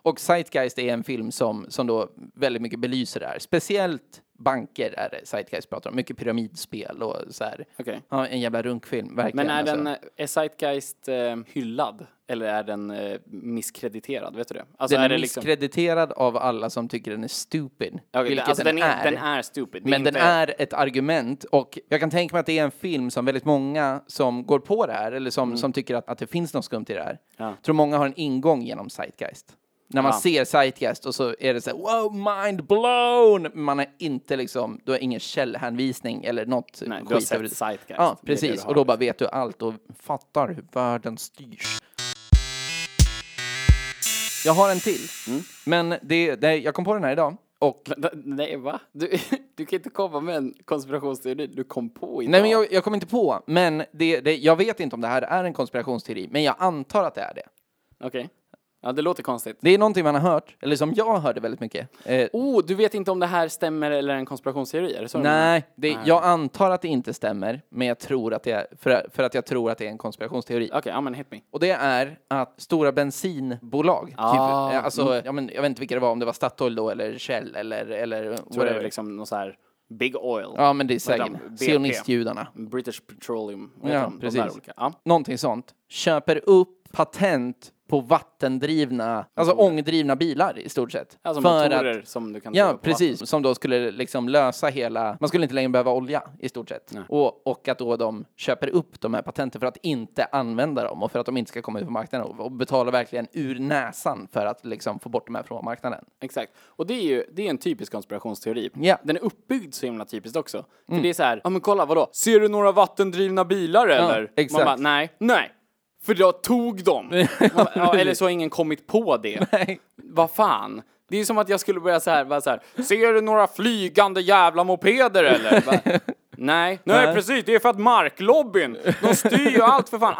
Speaker 4: Och Zeitgeist är en film som, som då väldigt mycket belyser det här. Speciellt banker är det Zeitgeist pratar om. Mycket pyramidspel och så här.
Speaker 3: Okej.
Speaker 4: Ja, en jävla runkfilm, verkligen.
Speaker 3: Men är
Speaker 4: alltså.
Speaker 3: den, eh, är Zeitgeist eh, hyllad? Eller är den eh, misskrediterad? Vet du det? Alltså
Speaker 4: den är,
Speaker 3: det
Speaker 4: misskrediterad av alla som tycker den är stupid.
Speaker 3: Okej, det-
Speaker 4: vilket
Speaker 3: alltså,
Speaker 4: den, är.
Speaker 3: Den är stupid. Det
Speaker 4: Men den
Speaker 3: inte-
Speaker 4: är ett argument och jag kan tänka mig att det är en film som väldigt många som går på det här eller som, som tycker att, att det finns något skumt i det här.
Speaker 3: Mm. Ja.
Speaker 4: tror många har en ingång genom Zeitgeist. När man
Speaker 3: Ja.
Speaker 4: ser Zeitgeist och så är det så här wow, mind blown! Men Man har inte liksom, du har ingen källhänvisning eller något
Speaker 3: Nej,
Speaker 4: skit.
Speaker 3: du har sett
Speaker 4: över-
Speaker 3: Zeitgeist. Det är
Speaker 4: Ja,
Speaker 3: det
Speaker 4: precis.
Speaker 3: du
Speaker 4: Och
Speaker 3: har. liksom.
Speaker 4: då bara vet du allt och fattar hur världen styrs. Jag har en till.
Speaker 3: Mm.
Speaker 4: Men det, det, jag kom på den här idag. Och
Speaker 3: Vänta, *laughs* Nej, va? Du, du kan inte komma med en konspirationsteori du kom på idag.
Speaker 4: Nej, men jag, jag kommer inte på. Men det, det, jag vet inte om det här är en konspirationsteori, men jag antar att det är det.
Speaker 3: Okej. Ja, det låter konstigt.
Speaker 4: Det är någonting man har hört, eller som jag hörde väldigt mycket. Eh,
Speaker 3: Oh, du vet inte om det här stämmer eller är en konspirationsteori? Är det så du menar?
Speaker 4: nej, det, jag antar att det inte stämmer, men jag tror att det är, för, för att jag tror att det är en konspirationsteori.
Speaker 3: Okej, ja men hit me.
Speaker 4: Och det är att stora bensinbolag,
Speaker 3: Ah,
Speaker 4: typ, eh, alltså, ja, men, jag vet inte vilka det var, om det var Statoil då, eller Shell, eller, eller
Speaker 3: Tror det är
Speaker 4: whatever.
Speaker 3: liksom någon så här Big Oil,
Speaker 4: Ja, men det är
Speaker 3: Vad heter de?
Speaker 4: säkert
Speaker 3: BP.
Speaker 4: sionistjudarna.
Speaker 3: British Petroleum, vad
Speaker 4: Ja,
Speaker 3: heter de? De där
Speaker 4: precis.
Speaker 3: olika. Ja.
Speaker 4: någonting sånt, köper upp patent på vattendrivna, alltså ångdrivna bilar i stort sett.
Speaker 3: Alltså
Speaker 4: För
Speaker 3: motorer
Speaker 4: att,
Speaker 3: som du kan driva
Speaker 4: Ja,
Speaker 3: på vatten.
Speaker 4: precis. Som då skulle liksom lösa hela... Man skulle inte längre behöva olja i stort sett. Och, och att då de köper upp de här patenten för att inte använda dem och för att de inte ska komma ut på marknaden och, och betala verkligen ur näsan för att liksom få bort dem här från marknaden.
Speaker 3: Exakt. Och det är ju det är en typisk konspirationsteori.
Speaker 4: Ja. Mm.
Speaker 3: Den är uppbyggd så himla typiskt också. För det är så här, ja men kolla vadå? Ser du några vattendrivna bilar eller?
Speaker 4: exakt.
Speaker 3: Man bara, nej, nej. För jag tog dem. *laughs* Man bara, ja, eller så har ingen kommit på det. *laughs*
Speaker 4: Nej.
Speaker 3: Vad fan? Det är ju som att jag skulle börja så här, bara så här ser du några flygande jävla mopeder eller? *laughs* Bara, Nej. Nej, precis, det är för att marklobbyn, de styr ju allt för fan.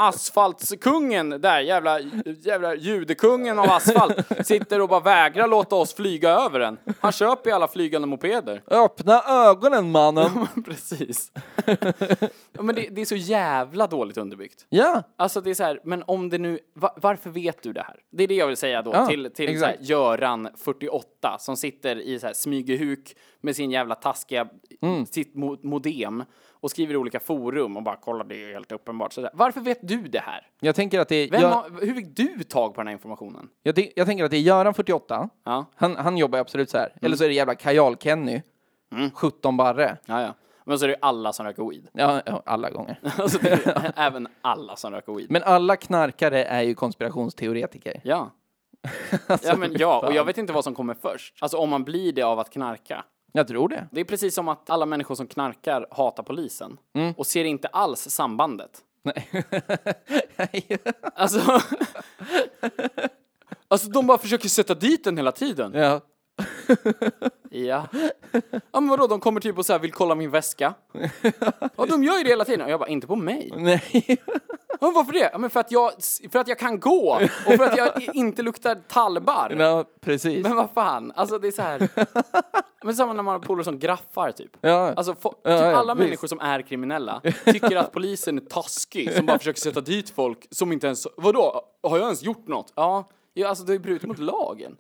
Speaker 3: Asfaltskungen där, jävla, jävla judekungen av asfalt, sitter och bara vägrar låta oss flyga över den. Han köper ju alla flygande mopeder.
Speaker 4: Öppna ögonen mannen!
Speaker 3: *laughs* precis. ja, men det, det är så jävla dåligt underbyggt.
Speaker 4: ja,
Speaker 3: Alltså det är så här, men om det nu, va, varför vet du det här? Det är det jag vill säga då
Speaker 4: Ja,
Speaker 3: till, till så här,
Speaker 4: exakt.
Speaker 3: Göran, 48, som sitter i så här smygehuk med sin jävla taskiga,
Speaker 4: Mm.
Speaker 3: sitt mo- modem och skriver i olika forum och bara kolla det är ju helt uppenbart. Så där. Varför vet du det här?
Speaker 4: jag tänker att det är...
Speaker 3: Vem
Speaker 4: jag-
Speaker 3: har, hur fick du tag på den här informationen?
Speaker 4: Jag, ty- jag tänker att det är Göran 48.
Speaker 3: Ja.
Speaker 4: Han, han jobbar ju absolut så här. Eller
Speaker 5: Mm.
Speaker 4: så är det jävla Kajal-Kenny. 17 barre.
Speaker 3: Ja, ja. Men så är det ju alla som röker weed. *laughs*
Speaker 4: Ja, ja, alla gånger.
Speaker 5: *laughs*
Speaker 3: Alltså det
Speaker 4: *laughs*
Speaker 3: är även alla som röker weed.
Speaker 4: Men alla knarkare är ju
Speaker 5: *laughs*
Speaker 4: konspirationsteoretiker. Alltså,
Speaker 3: Ja. ja, men ja, och jag vet inte vad som kommer först. Alltså om man blir det av att knarka.
Speaker 4: Jag tror det.
Speaker 3: Det är precis som att alla människor som knarkar hatar polisen och ser inte alls sambandet.
Speaker 4: Nej.
Speaker 3: Alltså, *laughs* alltså de bara försöker sätta dit den hela tiden.
Speaker 4: *laughs* ja.
Speaker 3: Ja. Ja men vadå, de kommer typ och
Speaker 5: *laughs*
Speaker 3: så här, vill kolla min väska. Ja de gör ju det hela tiden och jag bara, inte på mig.
Speaker 4: Nej.
Speaker 3: "Ja, Varför det? Ja, men för att, jag, för att jag kan gå och för att jag i- inte luktar tallbarr.
Speaker 4: Ja, precis.
Speaker 3: Men vad fan, alltså det är
Speaker 4: *laughs*
Speaker 3: så här. Men samma när man har polare som graffar typ.
Speaker 4: Ja.
Speaker 3: Alltså fo- typ
Speaker 4: Ja, ja,
Speaker 3: alla
Speaker 4: visst.
Speaker 3: människor som är kriminella tycker att polisen är taskig som bara försöker sätta dit folk som inte ens, vadå, har jag ens gjort något? Ja, ja alltså du har ju brutit mot lagen.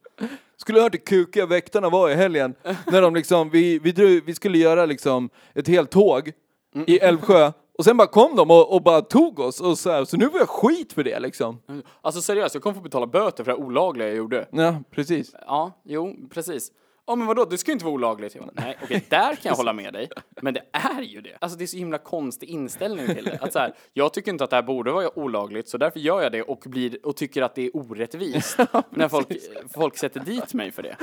Speaker 5: Skulle ha hört hur kukiga väktarna var
Speaker 4: *laughs*
Speaker 5: i helgen. När de liksom, vi, vi, drog, vi skulle göra liksom ett helt tåg
Speaker 4: Mm.
Speaker 5: i Älvsjö. Och sen bara kom de och, och bara tog oss. Och så, här, så nu får jag skit för det liksom.
Speaker 3: Alltså seriöst, jag kommer få betala böter för det här olagliga jag gjorde.
Speaker 5: Ja, precis.
Speaker 3: Ja, jo, precis. Ja, men vadå, det ska ju inte vara olagligt. Jag bara, Nej, okej, där *laughs* kan jag hålla med dig. Men det är ju det. Alltså det är så himla konstig inställning till det. Att så här, jag tycker inte att det här borde vara olagligt, så därför gör jag det och, blir, och tycker att det är *laughs* orättvist. när folk, folk sätter dit mig för det.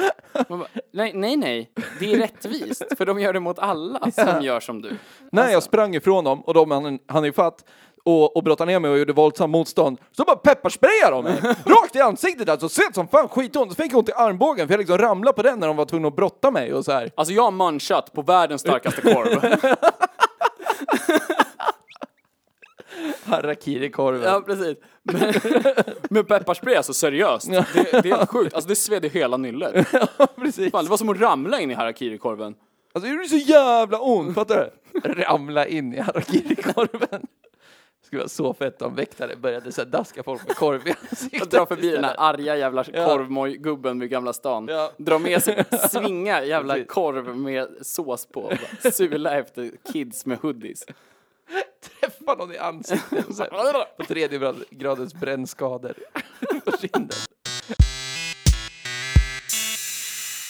Speaker 3: Man bara, nej, nej, nej, det är rättvist. För de gör det mot alla som gör som du.
Speaker 5: När
Speaker 4: Alltså-
Speaker 5: jag sprang ifrån dem och de hann, hann ifatt och, och brottade ner mig och gjorde våldsam motstånd. Så bara pepparsprayade
Speaker 4: *laughs*
Speaker 5: de mig! Rakt i ansiktet alltså, sent som fan, skitont. Så fick jag ont i armbågen för jag liksom ramlade på den när de var tvungna att brotta mig och så här.
Speaker 3: Alltså jag har munchat på världens starkaste korv.
Speaker 4: Harakiri-korven.
Speaker 3: *laughs* Ja, precis. Men, men pepparspray, alltså seriöst. Det, det är helt sjukt. Alltså det sved i hela nyllet.
Speaker 5: *laughs*
Speaker 4: precis.
Speaker 3: Fan, det var som att ramla in i harakiri-korven.
Speaker 5: Alltså det gjorde så jävla ont, fattar du?
Speaker 4: Ramla in i harakiri-korven. Det skulle vara så fett om väktare började så här daska folk med korv i
Speaker 3: Jag
Speaker 4: ansiktet.
Speaker 3: drar förbi den här arga jävla korvmoj-gubben vid Gamla stan.
Speaker 4: Ja.
Speaker 3: Drar
Speaker 4: *laughs*
Speaker 3: med sig, svinga jävla
Speaker 4: Precis.
Speaker 3: korv med sås på. Bara Sula efter kids med hoodies.
Speaker 4: Träffa någon i ansiktet. och så här, På tredje grad- gradens brännskador. *laughs* På kinden.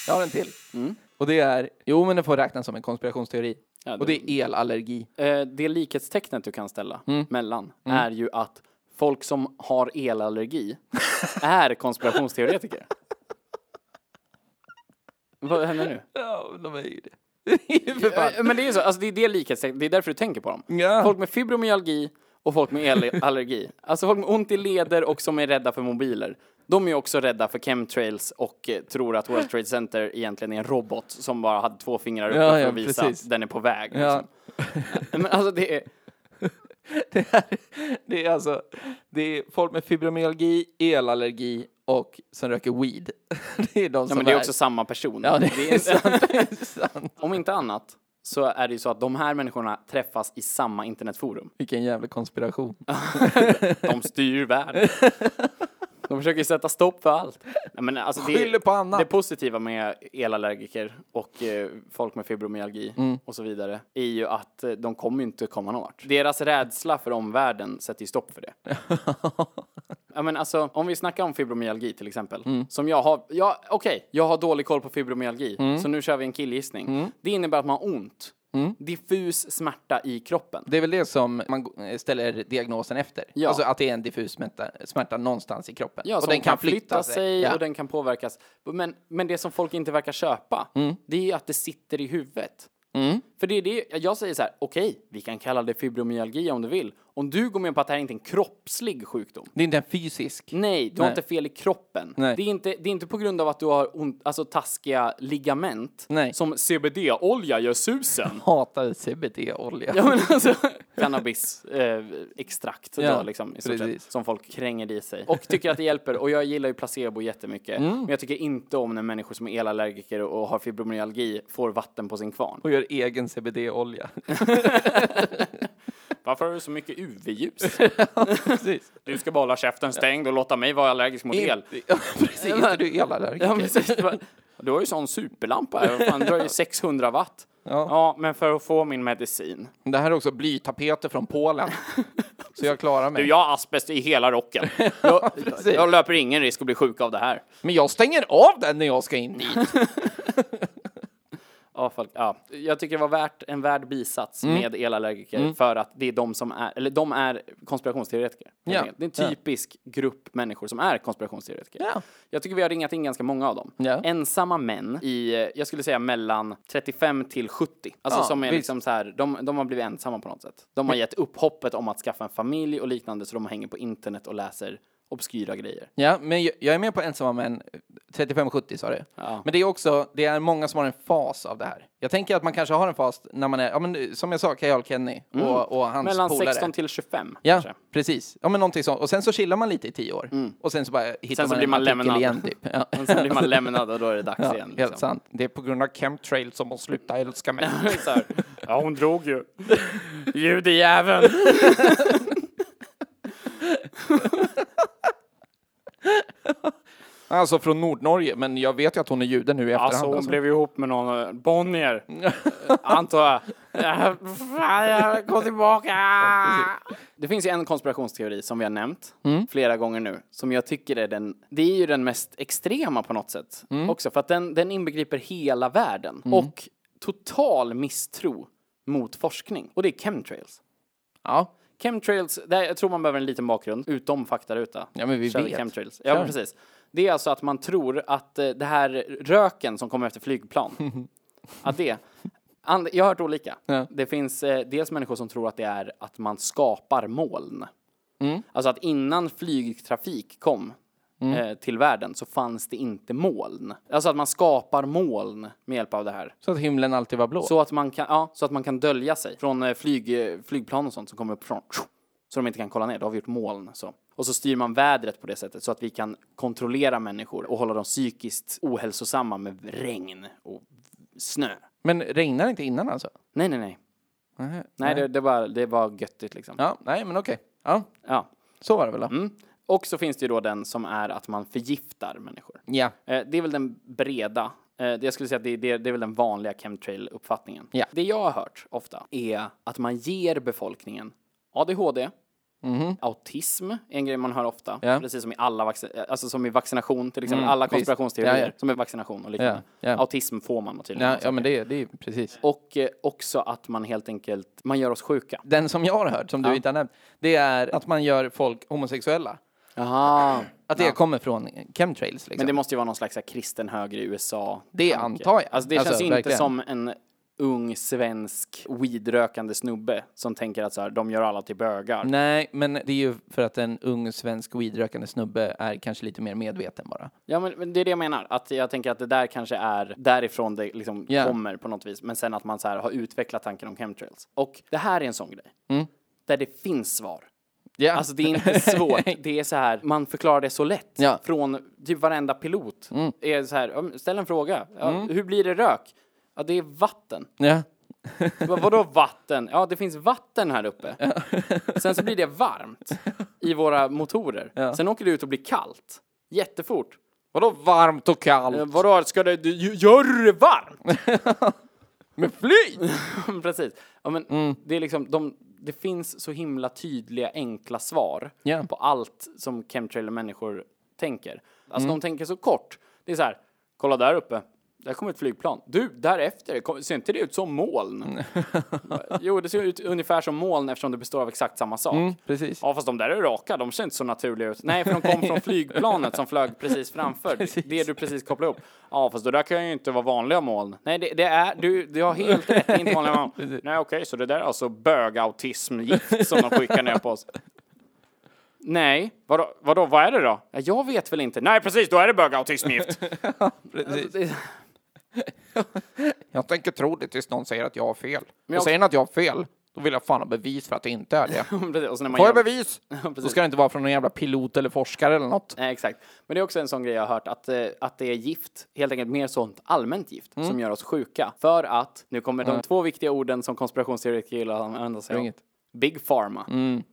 Speaker 4: Jag har en till. Och det är, jo men den får räknas som en konspirationsteori.
Speaker 3: Ja, det-
Speaker 4: Och det är elallergi.
Speaker 3: Eh, det likhetstecknet du kan ställa
Speaker 4: Mm.
Speaker 3: mellan är ju att folk som har
Speaker 4: *laughs*
Speaker 3: elallergi är konspirationsteoretiker. Vad händer nu?
Speaker 4: Ja, de är ju det. *laughs* Det är ju för fan.
Speaker 3: Ja, Men det är ju så, alltså det är det likhetstecknet, det är därför du tänker på dem.
Speaker 5: Ja.
Speaker 3: Folk med fibromyalgi och folk med el- *laughs* allergi. Alltså folk med ont i leder och som är rädda för mobiler. De är ju också rädda för chemtrails och eh, tror att World Trade Center egentligen är en robot som bara hade två fingrar uppe
Speaker 4: Ja,
Speaker 3: för
Speaker 4: ja,
Speaker 3: att visa
Speaker 4: precis.
Speaker 3: att den är på väg.
Speaker 4: Ja. *laughs*
Speaker 3: Liksom. Men alltså det är,
Speaker 4: Det är, det är alltså det är folk med fibromyalgi, elallergi och som röker weed. *laughs* Det är de
Speaker 3: ja,
Speaker 4: som
Speaker 3: men det är också samma person.
Speaker 4: Ja, det
Speaker 3: Det
Speaker 4: är, *laughs*
Speaker 3: är-
Speaker 4: sant, det är sant.
Speaker 3: om inte annat så är det ju så att de här människorna träffas i samma internetforum.
Speaker 4: Vilken jävla konspiration.
Speaker 3: De styr världen. *laughs* De försöker ju sätta stopp för allt. Nej, men alltså
Speaker 4: Skyller
Speaker 3: det,
Speaker 4: på annat.
Speaker 3: det positiva med elallergiker och eh, folk med fibromyalgi och så vidare är ju att eh, de kommer ju inte komma någon vart. Deras rädsla för omvärlden sätter ju stopp
Speaker 4: *laughs*
Speaker 3: för det. Ja, men alltså, om vi snackar om fibromyalgi till exempel. Som jag har, ja, okej, jag har dålig koll på fibromyalgi. Så nu kör vi en killgissning. Det innebär att man har ont. Diffus smärta i kroppen.
Speaker 4: Det är väl det som man g- eh, ställer diagnosen efter.
Speaker 3: Ja.
Speaker 4: Alltså att det är en diffus smärta, smärta någonstans i kroppen.
Speaker 3: Ja, och den kan, flytta sig, och den kan påverkas. Men, men det som folk inte verkar köpa, det är ju att det sitter i huvudet. För det är det, jag säger så här, okej, vi kan kalla det fibromyalgi om du vill. Om du går med på att det här inte är en kroppslig sjukdom.
Speaker 4: Det är inte en fysisk.
Speaker 3: Nej, du har inte fel i kroppen.
Speaker 4: Nej.
Speaker 3: Det, är inte, det är inte på grund av att du har ont, alltså taskiga ligament.
Speaker 4: Nej.
Speaker 3: Som CBD-olja gör susen.
Speaker 4: Hatar CBD-olja.
Speaker 3: Ja, men alltså, cannabis, eh, extrakt
Speaker 4: Ja,
Speaker 3: då, liksom, i stort sett,
Speaker 4: precis.
Speaker 3: som folk kränger i sig. Mm. Och tycker att det hjälper. Och jag gillar ju placebo jättemycket. Men jag tycker inte om när människor som är elallergiker och har fibromyalgi får vatten på sin kvarn.
Speaker 4: *laughs* Och gör egen
Speaker 3: *laughs*
Speaker 4: CBD-olja.
Speaker 3: Varför har du så mycket UV-ljus?
Speaker 4: precis.
Speaker 3: Du ska bara hålla käften stängd och låta mig vara allergisk mot el. *laughs*
Speaker 4: Ja, precis. Inte du elallergiker.
Speaker 3: Ja, precis. Du har ju sån superlampa här. Vad Fan, du har ju 600 watt. Ja. men för att få min medicin.
Speaker 4: Det här är också blytapeter från
Speaker 3: *laughs*
Speaker 4: Polen. Så jag klarar mig.
Speaker 3: Du, jag har asbest i hela rocken. Jag, *laughs*
Speaker 4: precis.
Speaker 3: jag löper ingen risk att bli sjuk av det här.
Speaker 4: Men jag stänger av den när jag ska in dit.
Speaker 3: Ja, folk, ja. Jag tycker det var värt en värd bisats
Speaker 4: Mm.
Speaker 3: med elallergiker för att det är de som är, eller de är konspirationsteoretiker. helt
Speaker 4: Ja.
Speaker 3: enkelt. Det är en typisk grupp människor som är konspirationsteoretiker.
Speaker 4: Ja.
Speaker 3: Jag tycker vi har ringat in ganska många av dem.
Speaker 4: Ja.
Speaker 3: Ensamma män i, eh, jag skulle säga mellan 35 till 70. Alltså
Speaker 4: Ja,
Speaker 3: som är
Speaker 4: visst.
Speaker 3: liksom så här, de, de har blivit ensamma på något sätt. De har gett upp hoppet om att skaffa en familj och liknande så de hänger på internet och läser obskyra grejer.
Speaker 4: Ja, men jag, jag är med på ensamma män 3570 sa du.
Speaker 3: Ja.
Speaker 4: Men det är också, det är många som har en fas av det här. Jag tänker att man kanske har en fas när man är, ja men eh, som jag sa, Kajal Kenny och, och hans
Speaker 3: Mm. Mellan
Speaker 4: polare.
Speaker 3: 16 till 25
Speaker 4: Ja,
Speaker 3: kanske. Mm.
Speaker 4: precis. Ja, men någonting sånt. Och sen så chillar man lite i tio år. Och sen så bara hittar
Speaker 3: Sen så
Speaker 4: man
Speaker 3: blir
Speaker 4: en
Speaker 3: man
Speaker 4: artikel
Speaker 3: lämnad.
Speaker 4: igen typ.
Speaker 3: *laughs*
Speaker 4: Ja.
Speaker 3: Men sen blir man lämnad och då är det dags
Speaker 4: *laughs* Ja,
Speaker 3: igen. liksom.
Speaker 4: Helt sant.
Speaker 5: Det är på grund av chemtrail som hon slutar älska mig.
Speaker 3: *laughs* Så här, ja, hon drog ju.
Speaker 4: *laughs*
Speaker 3: Judejäveln.
Speaker 5: Alltså från Nordnorge, men jag vet ju att hon är jude nu i efterhand.
Speaker 3: Alltså, hon
Speaker 5: alltså.
Speaker 3: blev ihop med någon eh, Bonnier. *laughs* Eh, Antar jag. Ja, fan, jag- Gå tillbaka! Det finns ju en konspirationsteori som vi har nämnt flera gånger nu, som jag tycker är den, det är ju den mest extrema på något sätt också, för att den, den inbegriper hela världen och total misstro mot forskning. Och det är chemtrails.
Speaker 4: Ja.
Speaker 3: Chemtrails, där jag tror man behöver en liten bakgrund, utom faktaruta.
Speaker 4: Ja, men vi
Speaker 3: Kör
Speaker 4: vet.
Speaker 3: Chemtrails. Ja, men precis. Det är alltså att man tror att eh, det här röken som kommer
Speaker 4: *laughs*
Speaker 3: efter flygplan, att det... And, jag har hört olika. Det finns eh, dels människor som tror att det är att man skapar moln.
Speaker 4: Mm.
Speaker 3: Alltså att innan flygtrafik kom eh, till världen så fanns det inte moln. Alltså att man skapar moln med hjälp av det här.
Speaker 4: Så att himlen alltid var blå.
Speaker 3: Så att man kan, ja, så att man kan dölja sig från eh, flyg, eh, flygplan och sånt som kommer uppifrån. Så de inte kan kolla ner, då har vi gjort moln. Så. Och så styr man vädret på det sättet så att vi kan kontrollera människor och hålla dem psykiskt ohälsosamma med regn och snö.
Speaker 4: Men regnar det inte innan alltså?
Speaker 3: Nej, nej, nej. Nej, det, det, var, det var göttigt liksom.
Speaker 4: Ja, nej men okej. Ja,
Speaker 3: Ja.
Speaker 4: så var det väl då.
Speaker 3: Mm. Och så finns det ju då den som är att man förgiftar människor.
Speaker 4: Ja.
Speaker 3: Eh, Det är väl den breda. eh, det Jag skulle säga att det är, det är, det är väl den vanliga chemtrail-uppfattningen.
Speaker 4: Ja.
Speaker 3: Det jag har hört ofta är att man ger befolkningen ADHD, autism är en grej man hör ofta.
Speaker 4: Mhm. Ja. Mm,
Speaker 3: Precis som i alla vaccin- alltså som i vaccination till exempel. alla
Speaker 4: visst.
Speaker 3: konspirationsteorier
Speaker 4: Ja, ja.
Speaker 3: som är vaccination och liknande.
Speaker 4: Ja, ja.
Speaker 3: Autism får man tydligen.
Speaker 4: Ja, ja men det, är- det är precis.
Speaker 3: Och eh, också att man helt enkelt, man gör oss sjuka.
Speaker 4: Den som jag har hört, som du inte har nämnt, det är att man gör folk homosexuella.
Speaker 3: Aha.
Speaker 4: Att det kommer från chemtrails liksom.
Speaker 3: Men det måste ju vara någon slags så här kristen höger i USA.
Speaker 4: Det
Speaker 3: tanke.
Speaker 4: antar jag.
Speaker 3: Alltså det
Speaker 4: Alltså,
Speaker 3: känns ju inte
Speaker 4: verkligen.
Speaker 3: som en ung svensk weedrökande snubbe som tänker att så här, de gör alla typ till bögar.
Speaker 4: Nej, men det är ju för att en ung svensk weedrökande snubbe är kanske lite mer medveten bara.
Speaker 3: Ja men, men det är det jag menar. Att jag tänker att det där kanske är därifrån det liksom
Speaker 4: Ja.
Speaker 3: kommer på något vis. Men sen att man så här har utvecklat tanken om chemtrails. Och det här är en sån grej.
Speaker 4: Mm.
Speaker 3: Där det finns svar.
Speaker 4: Ja.
Speaker 3: Alltså det
Speaker 4: *laughs*
Speaker 3: är inte svårt. Det är så här, man förklarar det så lätt.
Speaker 4: Ja. Mm.
Speaker 3: Från typ varenda pilot. Är så här, "Ja, men ställ en fråga. Ja, Hur blir det rök? Ja, det är vatten.
Speaker 4: Ja.
Speaker 3: Vad- Vadå vatten? Ja, det finns vatten här uppe. Sen så blir det varmt i våra motorer. Sen åker det ut och blir kallt. Jättefort.
Speaker 5: Vadå varmt och kallt?
Speaker 3: Eh, Vadå, ska det, du, ju- gör det varmt?
Speaker 5: Men fly!
Speaker 3: *laughs* Precis. Ja, men det, är liksom, de, det finns så himla tydliga, enkla svar
Speaker 4: Ja.
Speaker 3: på allt som chemtrailer-människor tänker. Alltså de tänker så kort. Det är så här, kolla där uppe. Där kommer ett flygplan. Du, därefter, kom- ser inte det ut som moln? jo, det ser ut ungefär som moln eftersom det består av exakt samma sak.
Speaker 4: Precis.
Speaker 3: Ja, fast de där är raka, de ser inte så naturliga ut. Nej, för de kom
Speaker 5: *laughs*
Speaker 3: från flygplanet som flög precis framför. Det du precis kopplade upp. Ja, fast det där kan ju inte vara vanliga moln. Nej, det, det är, du, du har helt rätt, det är inte vanliga
Speaker 5: *laughs*
Speaker 3: moln. Nej, okej, så det där är alltså bögautismgift som de skickar ner på oss. Nej, vadå, vadå, vad är det då? Ja, jag vet väl inte. Nej, precis, då är det
Speaker 5: *laughs*
Speaker 3: bögautismgift. Alltså, det-
Speaker 5: Jag tänker tro det tills någon säger att jag har fel.
Speaker 3: jag-
Speaker 5: Och säger den att jag har fel, då vill jag fan ha bevis för att det inte
Speaker 4: *laughs*
Speaker 5: är det.
Speaker 3: *laughs* Precis, och så när man
Speaker 5: Får
Speaker 3: gör-
Speaker 5: jag bevis? Då
Speaker 3: precis.
Speaker 5: ska det inte vara från någon jävla pilot eller forskare eller något.
Speaker 3: Nej, exakt. Men det är också en sån grej jag har hört, att, eh, att det är gift, helt enkelt mer sånt allmänt gift,
Speaker 4: Mm.
Speaker 3: som gör oss sjuka. För att, nu kommer de två viktiga orden som konspirationsteoretiker gillar att använda sig av. Big Pharma.
Speaker 4: Mm.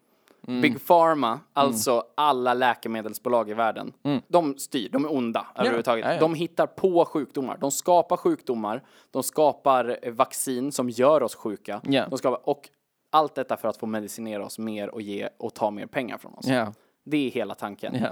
Speaker 3: Big Pharma, alltså alla läkemedelsbolag i världen, de styr, de är onda överhuvudtaget.
Speaker 4: Mm. ja, ja.
Speaker 3: De hittar på sjukdomar, de skapar sjukdomar, de skapar eh, vaccin som gör oss sjuka.
Speaker 4: Ja.
Speaker 3: De skapar, och allt detta för att få medicinera oss mer och ge och ta mer pengar från oss.
Speaker 4: Ja.
Speaker 3: Det är hela tanken.
Speaker 4: Ja.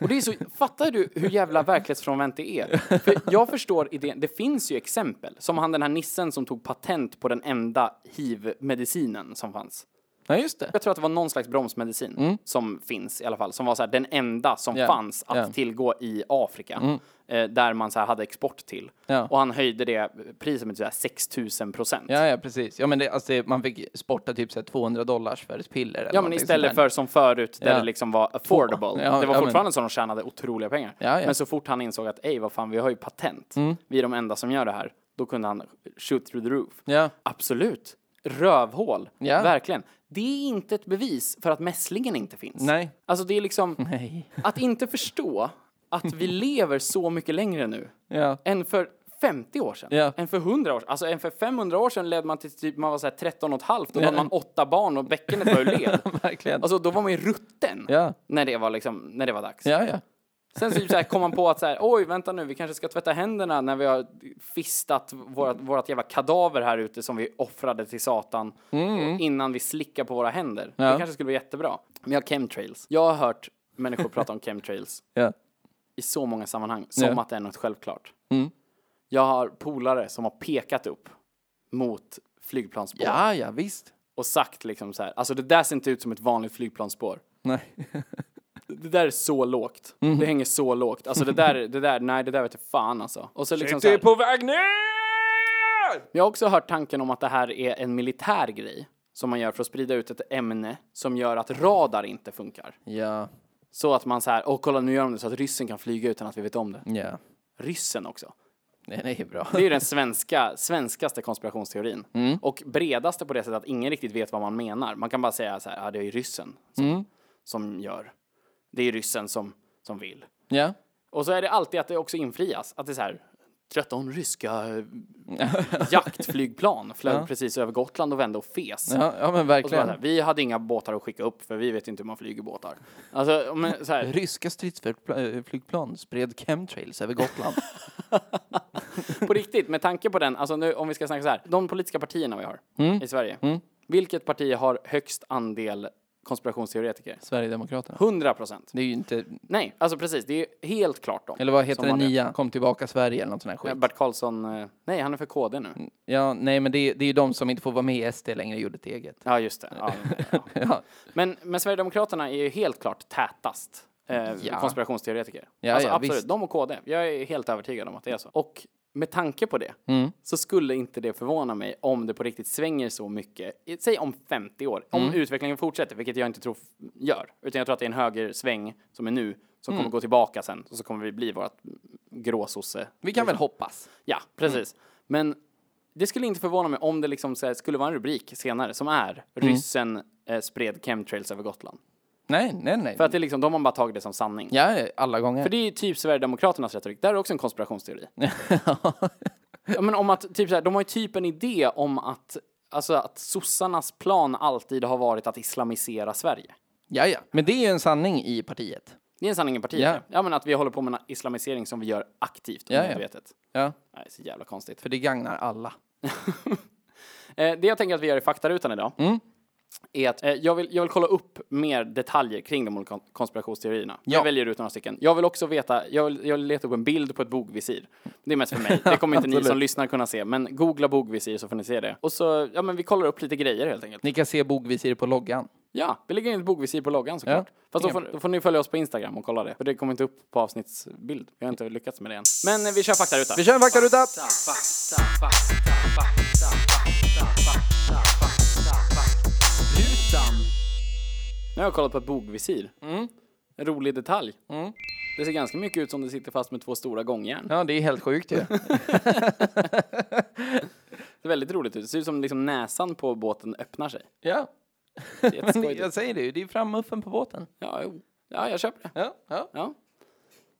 Speaker 3: Och det är så, fattar du hur jävla verklighetsfrånvänt det är? För jag förstår idén, det finns ju exempel. Som han den här nissen som tog patent på den enda hiv-medicinen som fanns.
Speaker 4: Nej, just det.
Speaker 3: Jag tror att det var någon slags bromsmedicin som finns i alla fall, som var så här, den enda som
Speaker 4: Mm. Ja,
Speaker 3: fanns att
Speaker 4: ja. Mm.
Speaker 3: tillgå i Afrika. Eh, där man så här, hade export till.
Speaker 4: Ja.
Speaker 3: Och han höjde det priset med typ så här 6000 procent.
Speaker 4: Ja, ja, precis. Ja, men det, alltså, det, man fick sporta typ så här 200 dollars för ett piller. Eller
Speaker 3: Ja men
Speaker 4: någonting
Speaker 3: istället
Speaker 4: sånt där.
Speaker 3: för som förut där
Speaker 4: Ja.
Speaker 3: det liksom var affordable.
Speaker 4: Ja,
Speaker 3: det
Speaker 4: ja,
Speaker 3: var
Speaker 4: men-
Speaker 3: fortfarande så de tjänade otroliga pengar.
Speaker 4: Ja, Mm. ja.
Speaker 3: Men så fort han insåg att ej vad fan vi har ju patent. Vi är de enda som gör det här. Då kunde han shoot through the roof.
Speaker 5: *laughs*
Speaker 4: Ja. *laughs*
Speaker 3: Absolut. Rövhål.
Speaker 4: Ja.
Speaker 3: Verkligen. Det är inte ett bevis för att mässlingen inte finns.
Speaker 4: Nej.
Speaker 3: Alltså det är liksom
Speaker 4: *laughs* Nej.
Speaker 3: att inte förstå att vi lever så mycket längre nu
Speaker 4: Ja.
Speaker 3: än för 50 år sedan,
Speaker 4: Ja.
Speaker 3: än för 100 år sedan. Alltså än för 500 år sedan ledde man till typ, man var så här 13 och ett halvt och då
Speaker 4: Ja.
Speaker 3: hade man åtta barn och bäckenet var ur
Speaker 4: *laughs*
Speaker 3: led.
Speaker 4: Verkligen.
Speaker 3: Alltså då var man ju rutten
Speaker 4: Ja.
Speaker 3: när, det var liksom, när det var dags.
Speaker 4: Ja, ja.
Speaker 3: Sen så, typ så här kom man på att så här, oj vänta nu, vi kanske ska tvätta händerna när vi har fistat vårat, vårat jävla kadaver här ute som vi offrade till Satan
Speaker 4: Mm.
Speaker 3: och innan vi slickar på våra händer. Det kanske skulle vara jättebra. Vi har chemtrails. Jag har hört människor prata om chemtrails
Speaker 4: Ja.
Speaker 3: i så många sammanhang som att det är något självklart.
Speaker 4: Mm.
Speaker 3: Jag har polare som har pekat upp mot flygplansspår
Speaker 4: ja, ja, visst.
Speaker 3: och sagt liksom så här, alltså det där ser inte ut som ett vanligt flygplansspår.
Speaker 4: Nej.
Speaker 3: Det där är så lågt. Det hänger så lågt. Alltså det där, det där, nej det där vete fan alltså. Och så liksom så här,
Speaker 5: på väg ner!
Speaker 3: jag har också hört tanken om att det här är en militär grej som man gör för att sprida ut ett ämne som gör att radar inte funkar.
Speaker 4: Ja,
Speaker 3: Så att man så här, åh kolla nu gör de det så att ryssen kan flyga utan att vi vet om det.
Speaker 4: ja.
Speaker 3: Ryssen också.
Speaker 4: Nej, det är bra.
Speaker 3: Det är ju den svenska, *laughs* svenskaste konspirationsteorin. Och bredaste på det sättet att ingen riktigt vet vad man menar. Man kan bara säga så här, ja det är ju ryssen som, som gör. Det är ju ryssen som, som vill.
Speaker 4: Ja.
Speaker 3: Och så är det alltid att det också infrias. Att det är så här, 13 ryska eh,
Speaker 4: *laughs*
Speaker 3: jaktflygplan flög precis över Gotland och vände och fes.
Speaker 4: Ja, ja men
Speaker 3: Och så bara så här,
Speaker 4: verkligen.
Speaker 3: vi hade inga båtar att skicka upp för vi vet inte hur man flyger båtar. Alltså, men,
Speaker 4: *laughs*
Speaker 3: så här,
Speaker 4: Ryska stridsflygplan spred chemtrails över Gotland.
Speaker 3: på riktigt, med tanke på den, alltså nu om vi ska snacka så här, de politiska partierna vi har
Speaker 4: Mm.
Speaker 3: i Sverige. Vilket parti har högst andel konspirationsteoretiker?
Speaker 4: *laughs* Sverigedemokraterna.
Speaker 3: 100 procent.
Speaker 4: Det är ju inte...
Speaker 3: Nej, alltså precis, det är helt klart dem.
Speaker 4: Eller vad heter den
Speaker 3: Som har det.
Speaker 4: nya? Kom tillbaka Sverige eller något sånt här skit.
Speaker 3: Ja, Bert Karlsson, eh, nej han är för KD nu.
Speaker 4: Ja, nej men det är, det är ju de som inte får vara med i SD längre gjorde ett eget.
Speaker 3: Ja, just det.
Speaker 4: *laughs*
Speaker 3: Ja, ja. Men, men Sverigedemokraterna är ju helt klart tätast eh,
Speaker 4: Ja.
Speaker 3: konspirationsteoretiker.
Speaker 4: Ja,
Speaker 3: alltså,
Speaker 4: ja,
Speaker 3: absolut.
Speaker 4: visst.
Speaker 3: De och KD. Jag är helt övertygad om att det är så. Och med tanke på det
Speaker 4: Mm.
Speaker 3: så skulle inte det förvåna mig om det på riktigt svänger så mycket. i- Säg om 50 år. Om
Speaker 4: Mm.
Speaker 3: utvecklingen fortsätter, vilket jag inte tror f- gör. Utan jag tror att det är en högersväng som är nu som
Speaker 4: Mm.
Speaker 3: kommer gå tillbaka sen och så kommer vi bli vårt gråsosse
Speaker 4: Vi kan väl hoppas.
Speaker 3: Ja, precis. Men det skulle inte förvåna mig om det liksom så här, skulle vara en rubrik senare som är
Speaker 4: Mm.
Speaker 3: ryssen eh, spred chemtrails över Gotland.
Speaker 4: Nej, nej, nej.
Speaker 3: För att det är liksom, de har man bara tagit det som sanning.
Speaker 4: Ja, alla gånger.
Speaker 3: För det är ju typ Sverigedemokraternas retorik, där är också
Speaker 4: *laughs*
Speaker 3: en konspirationsteori. ja, men om att, typ så här, de har ju typ en idé om att, alltså att sossarnas plan alltid har varit att islamisera Sverige.
Speaker 4: Ja, ja. Men det är ju en sanning i partiet.
Speaker 3: Det är en sanning i partiet.
Speaker 4: Ja.
Speaker 3: Ja. men att vi håller på med en islamisering som vi gör aktivt och
Speaker 4: Ja, ja.
Speaker 3: medvetet.
Speaker 4: Ja.
Speaker 3: Nej, så jävla konstigt.
Speaker 4: För det gagnar alla.
Speaker 3: Eh, det jag tänker att vi gör i faktarutan idag
Speaker 4: Mm.
Speaker 3: är att eh, jag, vill, jag vill kolla upp mer detaljer kring de olika kon- konspirationsteorierna. Jag väljer ut några stycken. Jag vill också veta, jag vill, jag vill leta upp en bild på ett bogvisir. Det är mest
Speaker 4: *laughs*
Speaker 3: för mig, det kommer inte ni som lyssnar kunna se, men googla bogvisir så får ni se det. Och så, ja men vi kollar upp lite grejer helt enkelt.
Speaker 4: Ni kan se bogvisir på loggan.
Speaker 3: Ja, vi lägger in ett bogvisir på loggan såklart. Fast då får, då får ni följa oss på Instagram och kolla det, för det kommer inte upp på avsnittsbild. Vi har inte lyckats med det än. Men eh, vi kör faktaruta.
Speaker 4: Vi kör en faktaruta!
Speaker 3: Nu har jag kollat på ett bogvisir.
Speaker 4: Mm.
Speaker 3: En rolig detalj. Det ser ganska mycket ut som det sitter fast med två stora gångjärn.
Speaker 4: Ja, det är helt sjukt ju.
Speaker 3: Det ser väldigt roligt ut. Det ser ut som liksom näsan på båten
Speaker 4: *laughs*
Speaker 3: öppnar sig.
Speaker 4: *laughs* ja.
Speaker 3: Det är jätteskojigt.
Speaker 4: Jag säger det ju, det är frammuffen på båten.
Speaker 3: ja, jo. ja, jag köper det.
Speaker 4: Ja, ja.
Speaker 3: Ja.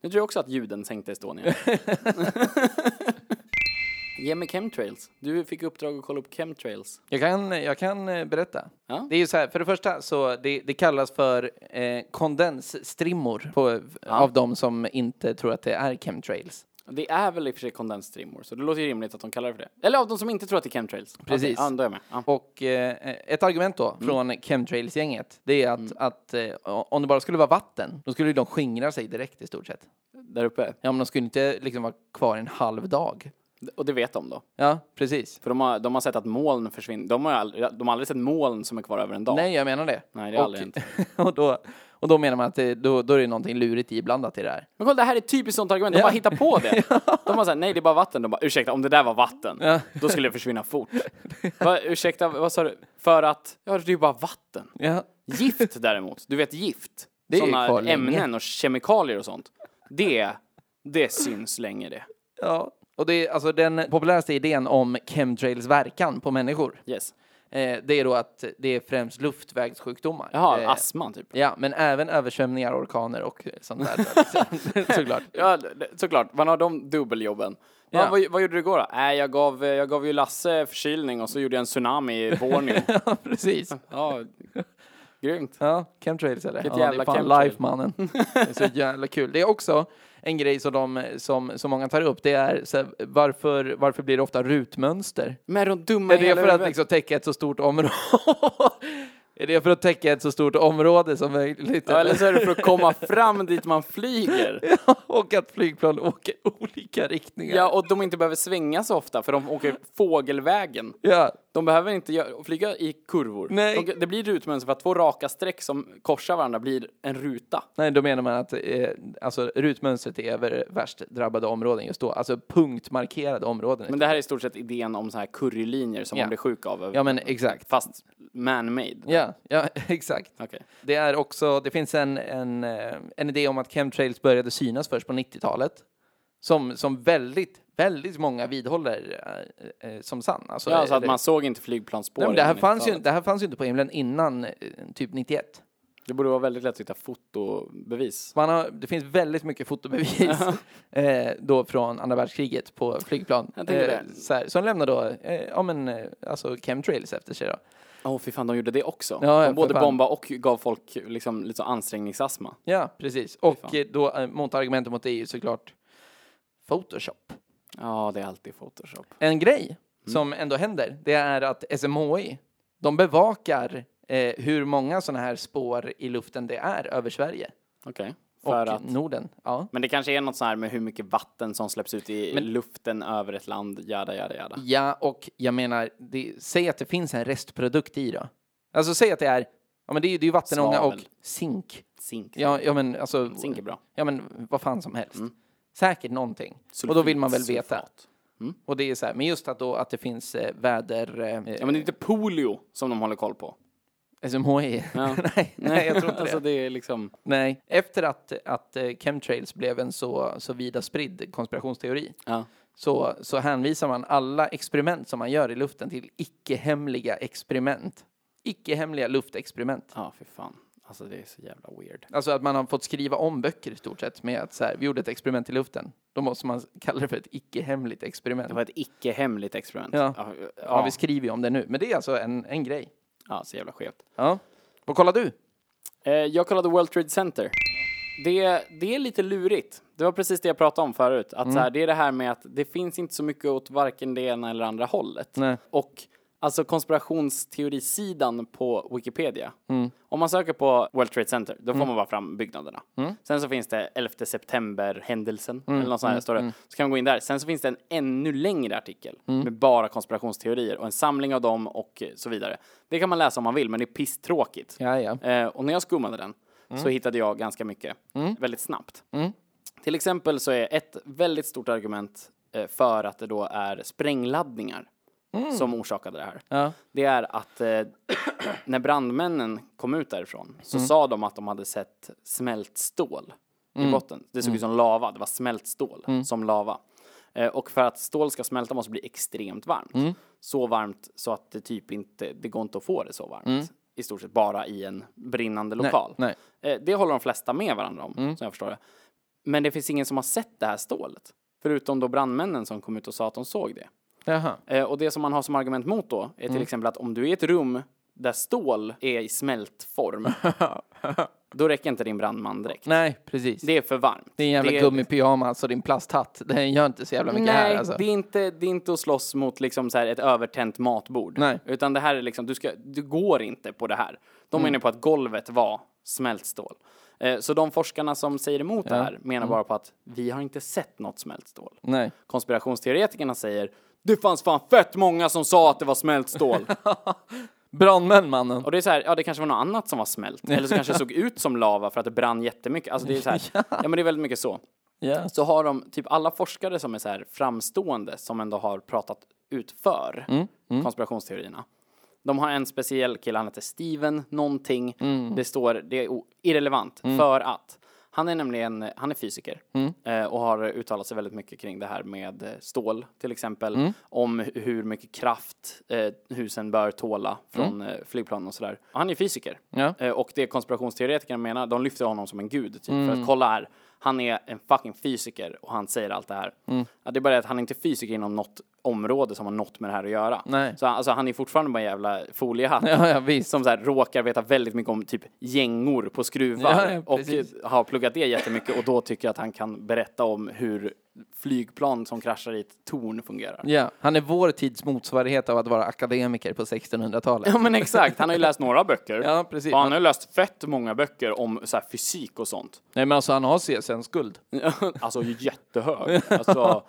Speaker 3: Nu tror jag också att ljuden
Speaker 4: *laughs*
Speaker 3: sänkte Estonia. Ge mig chemtrails. Du fick i uppdrag att kolla upp chemtrails.
Speaker 4: Jag kan, jag kan eh, berätta.
Speaker 3: Ja.
Speaker 4: Det är ju så här, för det första så det, det kallas för eh, kondensstrimmor på, av de som inte tror att det är chemtrails.
Speaker 3: Det är väl i och för sig kondensstrimmor, så det låter ju rimligt att de kallar det för det. Eller av de som inte tror att det är chemtrails.
Speaker 4: Precis.
Speaker 3: Okej, ja, då är jag med. Ja.
Speaker 4: Och eh, ett argument då från chemtrails-gänget, det är att, att eh, om det bara skulle vara vatten, då skulle ju de skingra sig direkt i stort sett.
Speaker 3: Där uppe.
Speaker 4: Ja, men de skulle inte liksom vara kvar en halv dag.
Speaker 3: Och det vet de då.
Speaker 4: Ja, precis.
Speaker 3: För de har, de har sett att moln försvinner. De har, aldrig, de har aldrig sett moln som är kvar över en dag.
Speaker 4: Nej, jag menar det.
Speaker 3: Nej, det har aldrig hänt.
Speaker 4: *laughs* och, och, då, och då menar man att det, då, då är det någonting lurigt iblandat i det här.
Speaker 3: Men kolla, det här är ett typiskt sånt argument. De bara hittar på
Speaker 4: *laughs*
Speaker 3: det. De bara såhär, nej det är bara vatten. De bara, ursäkta, om det där var vatten, då skulle det
Speaker 4: *laughs*
Speaker 3: försvinna fort. Va, ursäkta, vad sa du? För att, ja det är ju bara vatten.
Speaker 4: Ja.
Speaker 3: Gift däremot, du vet gift.
Speaker 4: Det är ju
Speaker 3: Såna
Speaker 4: kvar länge.
Speaker 3: ämnen och kemikalier och sånt. Det, det syns länge det.
Speaker 4: ja. Och det är alltså den populäraste idén om chemtrails verkan på människor.
Speaker 3: Yes.
Speaker 4: Eh, det är då att det är främst luftvägssjukdomar.
Speaker 3: Jaha,
Speaker 4: Eh,
Speaker 3: astma typ.
Speaker 4: Ja, men även översvämningar, orkaner och sånt
Speaker 3: *laughs*
Speaker 4: där. *laughs* Såklart.
Speaker 3: Ja, det- såklart. Man har de dubbeljobben. Ja.
Speaker 4: Ja.
Speaker 3: vad, vad gjorde du igår då? Äh, jag, gav, eh, jag gav ju Lasse förkylning och så gjorde jag en tsunami i Borneo.
Speaker 4: Precis.
Speaker 3: ja, grymt.
Speaker 4: Ja, chemtrails är det.
Speaker 3: Vilket
Speaker 4: Ja, det
Speaker 3: jävla
Speaker 4: är fan
Speaker 3: chemtrail.
Speaker 4: life
Speaker 3: *laughs*
Speaker 4: mannen. Det är så jävla kul. Det är också en grej som, de, som, som många tar upp. Det är så här, varför, varför blir det ofta rutmönster?
Speaker 3: Men de dumma
Speaker 4: Är
Speaker 3: i
Speaker 4: det
Speaker 3: hela
Speaker 4: för att
Speaker 3: huvudet.
Speaker 4: liksom täcka ett så stort område? *laughs* är det för att täcka ett så stort område som möjligt?
Speaker 3: Ja, eller så är det för att komma fram dit man flyger.
Speaker 4: *laughs* och att flygplan åker olika riktningar.
Speaker 3: Ja, och de inte behöver svänga så ofta för de åker fågelvägen.
Speaker 4: Ja.
Speaker 3: De behöver inte gö- flyga i kurvor.
Speaker 4: Nej.
Speaker 3: De, det blir rutmönster för att två raka streck som korsar varandra blir en ruta.
Speaker 4: Nej, då menar man att eh, alltså, rutmönstret är över värst drabbade områden just då. Alltså punktmarkerade områden.
Speaker 3: Men det här är i stort sett idén om så här currylinjer som
Speaker 4: Ja.
Speaker 3: man blir sjuk av.
Speaker 4: ja, men exakt.
Speaker 3: Fast man-made.
Speaker 4: Ja, ja, *laughs* exakt.
Speaker 3: Okej.
Speaker 4: Det är också, det finns en, en, eh, en idé om att chemtrails började synas först på 90-talet. Som, som väldigt, väldigt många vidhåller eh, eh, som sann. Alltså,
Speaker 3: Ja, så att
Speaker 4: eller-
Speaker 3: man såg inte
Speaker 4: Nej,
Speaker 3: flygplansspår.
Speaker 4: men det, här
Speaker 3: i
Speaker 4: fanns ju,
Speaker 3: 90-talet.
Speaker 4: det här fanns ju inte på himlen innan eh, typ 91.
Speaker 3: Det borde vara väldigt lätt att hitta fotobevis.
Speaker 4: Man har, det finns väldigt mycket fotobevis *laughs* eh, då från andra världskriget på flygplan.
Speaker 3: Jag tänker det.
Speaker 4: så här, som lämnar då eh, ja, men, eh, alltså chemtrails efter sig. Då.
Speaker 3: Åh, fy fan, de gjorde det också.
Speaker 4: Ja, ja,
Speaker 3: de både
Speaker 4: för fan.
Speaker 3: bombade och gav folk liksom, lite så ansträngningsastma.
Speaker 4: Ja, precis. Och eh, då eh, motargumentet mot det är ju såklart Photoshop.
Speaker 3: Ja, det är alltid Photoshop.
Speaker 4: En grej
Speaker 3: Mm.
Speaker 4: som ändå händer, det är att SMHI, de bevakar eh, hur många sådana här spår i luften det är över Sverige
Speaker 3: Okej.
Speaker 4: och
Speaker 3: För att...
Speaker 4: Norden. Ja.
Speaker 3: mm. Men det kanske är något så här med hur mycket vatten som släpps ut i luften över ett land, jada, jada, jada.
Speaker 4: ja, och jag menar, det, säg att det finns en restprodukt i då. Alltså säg att det är, ja men det är ju det är ju vattenånga och
Speaker 3: Svavel.
Speaker 4: zink.
Speaker 3: Zink.
Speaker 4: Ja, ja men alltså,
Speaker 3: Zink Mm. är bra.
Speaker 4: ja men vad fan som helst. Säkert någonting. och då vill man väl veta.
Speaker 3: Sulfat.
Speaker 4: Och det är så här, men just att då att det finns eh, väder... Eh,
Speaker 3: Ja, men det är inte polio som de håller koll *laughs* på.
Speaker 4: SMHI?
Speaker 3: Ja.
Speaker 4: nej, *laughs* nej, jag tror inte det.
Speaker 3: alltså, det. är liksom...
Speaker 4: Nej, efter att, att eh, chemtrails blev en så, så vida spridd konspirationsteori
Speaker 3: Ja.
Speaker 4: så, så hänvisar man alla experiment som man gör i luften till icke-hemliga experiment. Icke-hemliga luftexperiment.
Speaker 3: Ja, fy fan. Alltså, det är så jävla weird.
Speaker 4: Alltså att man har fått skriva om böcker i stort sett med att så här, vi gjorde ett experiment i luften. Då måste man *laughs* kalla det för ett icke-hemligt experiment.
Speaker 3: Det var ett icke-hemligt experiment.
Speaker 4: Ja.
Speaker 3: Ja, ja,
Speaker 4: Ja, vi skriver ju om det nu, men det är alltså en, en grej.
Speaker 3: ja, så jävla skevt.
Speaker 4: Ja. Vad kollar du?
Speaker 3: Eh, jag kollade World Trade Center. Det, det är lite lurigt. Det var precis det jag pratade om förut. Att så här, det är det här med att det finns inte så mycket åt varken det ena eller andra hållet.
Speaker 4: Nej.
Speaker 3: Och alltså konspirationsteorisidan på Wikipedia. Om man söker på World Trade Center, då får man bara fram byggnaderna. Sen så finns det 11 september-händelsen, eller något sånt här står det. Så kan man gå in där. Sen så finns det en ännu längre artikel med bara konspirationsteorier och en samling av dem och eh, så vidare. Det kan man läsa om man vill, men det är pisstråkigt.
Speaker 4: Ja, ja.
Speaker 3: Eh, och när jag skummade den så hittade jag ganska mycket väldigt snabbt. Till exempel så är ett väldigt stort argument eh, för att det då är sprängladdningar som orsakade det här. Det är att eh, *clears throat* när brandmännen kom ut därifrån så
Speaker 4: Mm.
Speaker 3: sa de att de hade sett smält stål
Speaker 4: Mm.
Speaker 3: i botten. Det såg ut som lava, det var smält stål som lava. Eh, och för att stål ska smälta måste det bli extremt varmt.
Speaker 4: Mm.
Speaker 3: Så varmt så att det typ inte, det går inte att få det så varmt. I stort sett bara i en brinnande lokal.
Speaker 4: Mm. nej. Mm.
Speaker 3: Eh, det håller de flesta med varandra om, som jag förstår det. Men det finns ingen som har sett det här stålet. Förutom då brandmännen som kom ut och sa att de såg det.
Speaker 4: Jaha.
Speaker 3: Eh, och det som man har som argument mot då är till
Speaker 4: Mm.
Speaker 3: exempel att om du är i ett rum där stål är i smält
Speaker 4: *laughs*
Speaker 3: form, då räcker inte din brandman direkt.
Speaker 4: Nej, precis.
Speaker 3: Det är för varmt.
Speaker 4: Det är en jävla gummipyjamas och din plasthatt. Den gör inte så jävla mycket här
Speaker 3: Nej,
Speaker 4: alltså.
Speaker 3: det, är inte, det är inte att slåss mot liksom så här ett övertänt matbord.
Speaker 4: Nej.
Speaker 3: Utan det
Speaker 4: Mm.
Speaker 3: här är liksom, du, ska, du går inte på det här. De menar på att golvet var smält stål. Eh, Eh, Så de forskarna som säger emot det här
Speaker 4: Mm.
Speaker 3: menar bara på att vi har inte sett något smältstål.
Speaker 4: Nej.
Speaker 3: Konspirationsteoretikerna säger det fanns fan fett många som sa att det
Speaker 4: *laughs*
Speaker 3: var smältstål.
Speaker 4: Brandmän, mannen.
Speaker 3: Och det är så här, ja det kanske var något annat som var smält. Eller så kanske det såg ut som lava för att det brann jättemycket. Alltså det är så här, ja men det är väldigt mycket så.
Speaker 4: Ja.
Speaker 3: Så har de, typ alla forskare som är så här framstående, som ändå har pratat ut för konspirationsteorierna. De har en speciell kille, han heter Steven någonting. Det står, det är o- irrelevant, för att. Han är nämligen, han är fysiker eh, och har uttalat sig väldigt mycket kring det här med eh, stål till exempel. Om hu- hur mycket kraft eh, husen bör tåla från eh, flygplan och sådär. Och Han är fysiker.
Speaker 4: Ja.
Speaker 3: Eh, och det konspirationsteoretikerna menar, de lyfter honom som en gud. Typ, För
Speaker 4: Mm.
Speaker 3: att kolla här, han är en fucking fysiker och han säger allt det här.
Speaker 4: Mm.
Speaker 3: Ja, det är bara det att han är inte fysiker inom något område som har något med det här att göra.
Speaker 4: Nej.
Speaker 3: Så han- alltså, han är fortfarande bara en jävla foliehatt.
Speaker 4: Ja, ja, visst.
Speaker 3: Som så här, råkar veta väldigt mycket om typ gängor på skruvar.
Speaker 4: Ja, ja,
Speaker 3: och
Speaker 4: precis.
Speaker 3: eh, har pluggat det jättemycket och då tycker jag att han kan berätta om hur flygplan som kraschar i ett torn fungerar.
Speaker 4: Ja, han är vår tids motsvarighet av att vara akademiker på 1600-talet.
Speaker 3: Ja men exakt, han har ju läst några böcker.
Speaker 4: Ja, precis.
Speaker 3: Och han har ju läst fett många böcker om så här, fysik och sånt.
Speaker 4: Nej, men alltså han har CSN-skuld.
Speaker 3: *laughs* alltså jättehög. Alltså,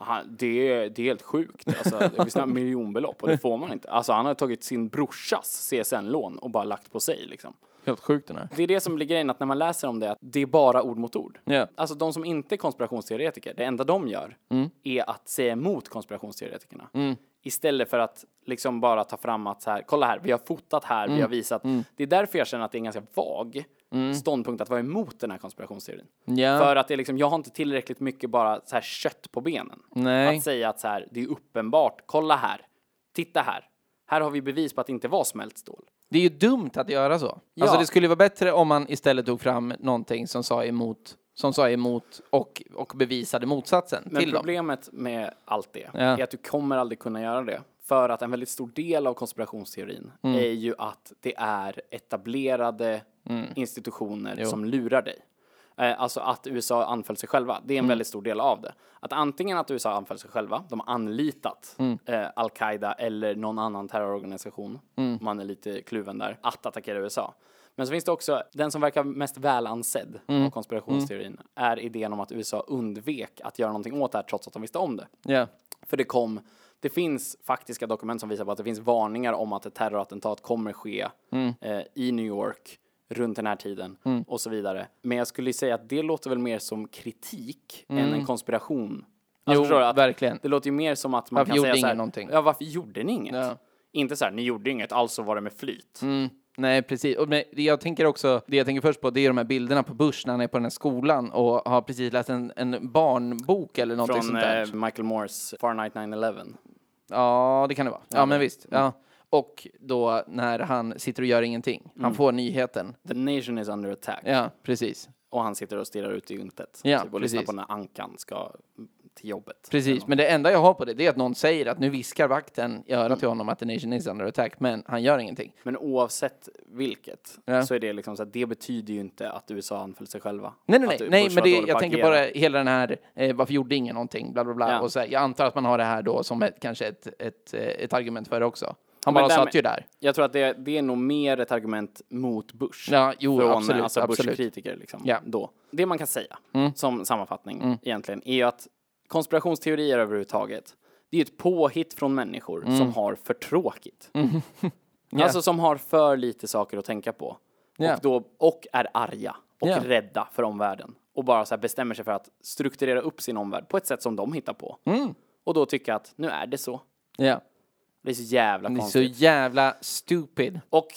Speaker 3: han, det, är, det är helt sjukt. Alltså, vi snackar miljonbelopp och det får man inte. Alltså han har tagit sin brorsas CSN-lån och bara lagt på sig liksom.
Speaker 4: Helt sjukt den här.
Speaker 3: Det är det som blir grejen, att när man läser om det, att det är bara ord mot ord.
Speaker 4: Ja.
Speaker 3: Alltså de som inte är konspirationsteoretiker, det enda de gör är att säga emot konspirationsteoretikerna. Istället för att liksom bara ta fram att så här, kolla här, vi har fotat här, vi har visat. Det är därför jag känner att det är en ganska vag ståndpunkt att vara emot den här konspirationsteorin.
Speaker 4: Ja.
Speaker 3: För att det är liksom, jag har inte tillräckligt mycket bara så här kött på benen.
Speaker 4: Nej.
Speaker 3: Att säga att så här, det är uppenbart, kolla här, titta här. Här har vi bevis på att det inte var smält stål.
Speaker 4: Det är ju dumt att göra så. Alltså det skulle ju vara bättre om man istället tog fram någonting som sa emot, som sa emot och, och bevisade motsatsen
Speaker 3: Men
Speaker 4: till dem.
Speaker 3: problemet med allt det
Speaker 4: Ja.
Speaker 3: är att du kommer aldrig kunna göra det. För att en väldigt stor del av konspirationsteorin är ju att det är etablerade institutioner som lurar dig. Eh, Alltså att USA anföll sig själva, det är en väldigt stor del av det. Att antingen att USA anföll sig själva, de har anlitat eh, Al-Qaida eller någon annan terrororganisation, man är lite kluven där, att attackera USA. Men så finns det också, den som verkar mest välansedd av konspirationsteorin är idén om att USA undvek att göra någonting åt det här trots att de visste om det.
Speaker 4: Ja.
Speaker 3: För det kom, det finns faktiska dokument som visar på att det finns varningar om att ett terrorattentat kommer ske
Speaker 4: Mm.
Speaker 3: eh, i New York runt den här tiden och så vidare. Men jag skulle säga att det låter väl mer som kritik än en konspiration.
Speaker 4: Mm.
Speaker 3: Alltså,
Speaker 4: Jo,
Speaker 3: förstår du? Att
Speaker 4: verkligen.
Speaker 3: Det låter ju mer som att man
Speaker 4: Varför
Speaker 3: kan
Speaker 4: gjorde
Speaker 3: säga så här,
Speaker 4: ingen någonting?
Speaker 3: Ja, varför gjorde ni inget?
Speaker 4: Ja. Mm,
Speaker 3: Inte så här, ni gjorde inget, alltså var det med flyt.
Speaker 4: Nej, precis. Och men det jag tänker också, det jag tänker först på, det är de här bilderna på Bush när han är på den här skolan och har precis läst en, en barnbok eller någonting
Speaker 3: Från
Speaker 4: sånt där.
Speaker 3: eh, Michael Moores Fahrenheit 9-11.
Speaker 4: Ja, det kan det vara. Ja, men visst. Ja. Och då när han sitter och gör ingenting.
Speaker 3: Mm.
Speaker 4: Han får nyheten.
Speaker 3: The nation is under attack.
Speaker 4: Ja, precis.
Speaker 3: Och han sitter och stirrar ut i intet.
Speaker 4: Ja,
Speaker 3: typ, och lyssnar
Speaker 4: precis.
Speaker 3: på när ankan ska till jobbet.
Speaker 4: Precis, men det enda jag har på det, det är att någon säger att nu viskar vakten i örat till honom att the nation is under attack, men han gör ingenting.
Speaker 3: Men oavsett vilket
Speaker 4: Ja.
Speaker 3: så är det liksom så att det betyder ju inte att USA anföll sig själva.
Speaker 4: Nej, nej,
Speaker 3: Att
Speaker 4: nej,
Speaker 3: Bush
Speaker 4: nej
Speaker 3: var
Speaker 4: men det,
Speaker 3: dålig på
Speaker 4: jag
Speaker 3: att
Speaker 4: tänker
Speaker 3: agera.
Speaker 4: bara hela den här, eh, varför gjorde ingen någonting, bla bla bla.
Speaker 3: Ja.
Speaker 4: Och så här, jag antar att man har det här då som ett, kanske ett, ett, eh, ett argument för det också. Han
Speaker 3: Men
Speaker 4: bara
Speaker 3: därmed-
Speaker 4: satt ju där.
Speaker 3: Jag tror att det, det är nog mer ett argument mot Bush.
Speaker 4: Ja, jo,
Speaker 3: från
Speaker 4: absolut,
Speaker 3: alltså
Speaker 4: absolut.
Speaker 3: Bush-kritiker liksom.
Speaker 4: Ja. Mm.
Speaker 3: Då. Det man kan säga som sammanfattning egentligen är ju att konspirationsteorier överhuvudtaget, det är ju ett påhitt från människor
Speaker 4: Mm.
Speaker 3: som har för tråkigt.
Speaker 4: *laughs*
Speaker 3: Alltså som har för lite saker att tänka på.
Speaker 4: Ja.
Speaker 3: Och, då, och är arga och
Speaker 4: Ja.
Speaker 3: rädda för omvärlden. Och bara så här bestämmer sig för att strukturera upp sin omvärld på ett sätt som de hittar på.
Speaker 4: Mm.
Speaker 3: Och då tycker att nu är det så.
Speaker 4: Ja.
Speaker 3: Det är så jävla
Speaker 4: Det är
Speaker 3: konstigt.
Speaker 4: så jävla stupid.
Speaker 3: Och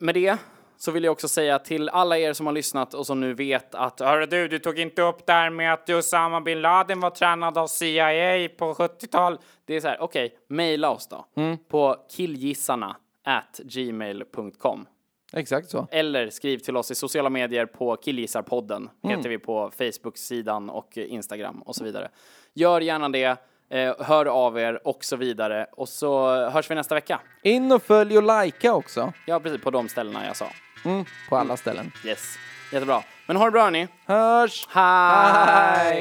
Speaker 3: med det så vill jag också säga till alla er som har lyssnat och som nu vet att Hörru du, du tog inte upp det här med att Usama bin Laden var tränad av CIA på 70-tal. Det är så här, okej, mejla oss då. På killgissarna at gmail.com.
Speaker 4: Exakt så.
Speaker 3: Eller skriv till oss i sociala medier på Killgissarpodden. Heter vi på Facebook-sidan och Instagram och så vidare. Gör gärna det. eh, Hör av er och så vidare. Och så hörs vi nästa vecka.
Speaker 4: In och följ och likea också. Mm.
Speaker 3: Ja, precis. På de ställena jag sa.
Speaker 4: På alla ställen.
Speaker 3: Yes, jättebra. Men ha det bra hörni.
Speaker 4: Hörs!
Speaker 3: Hej!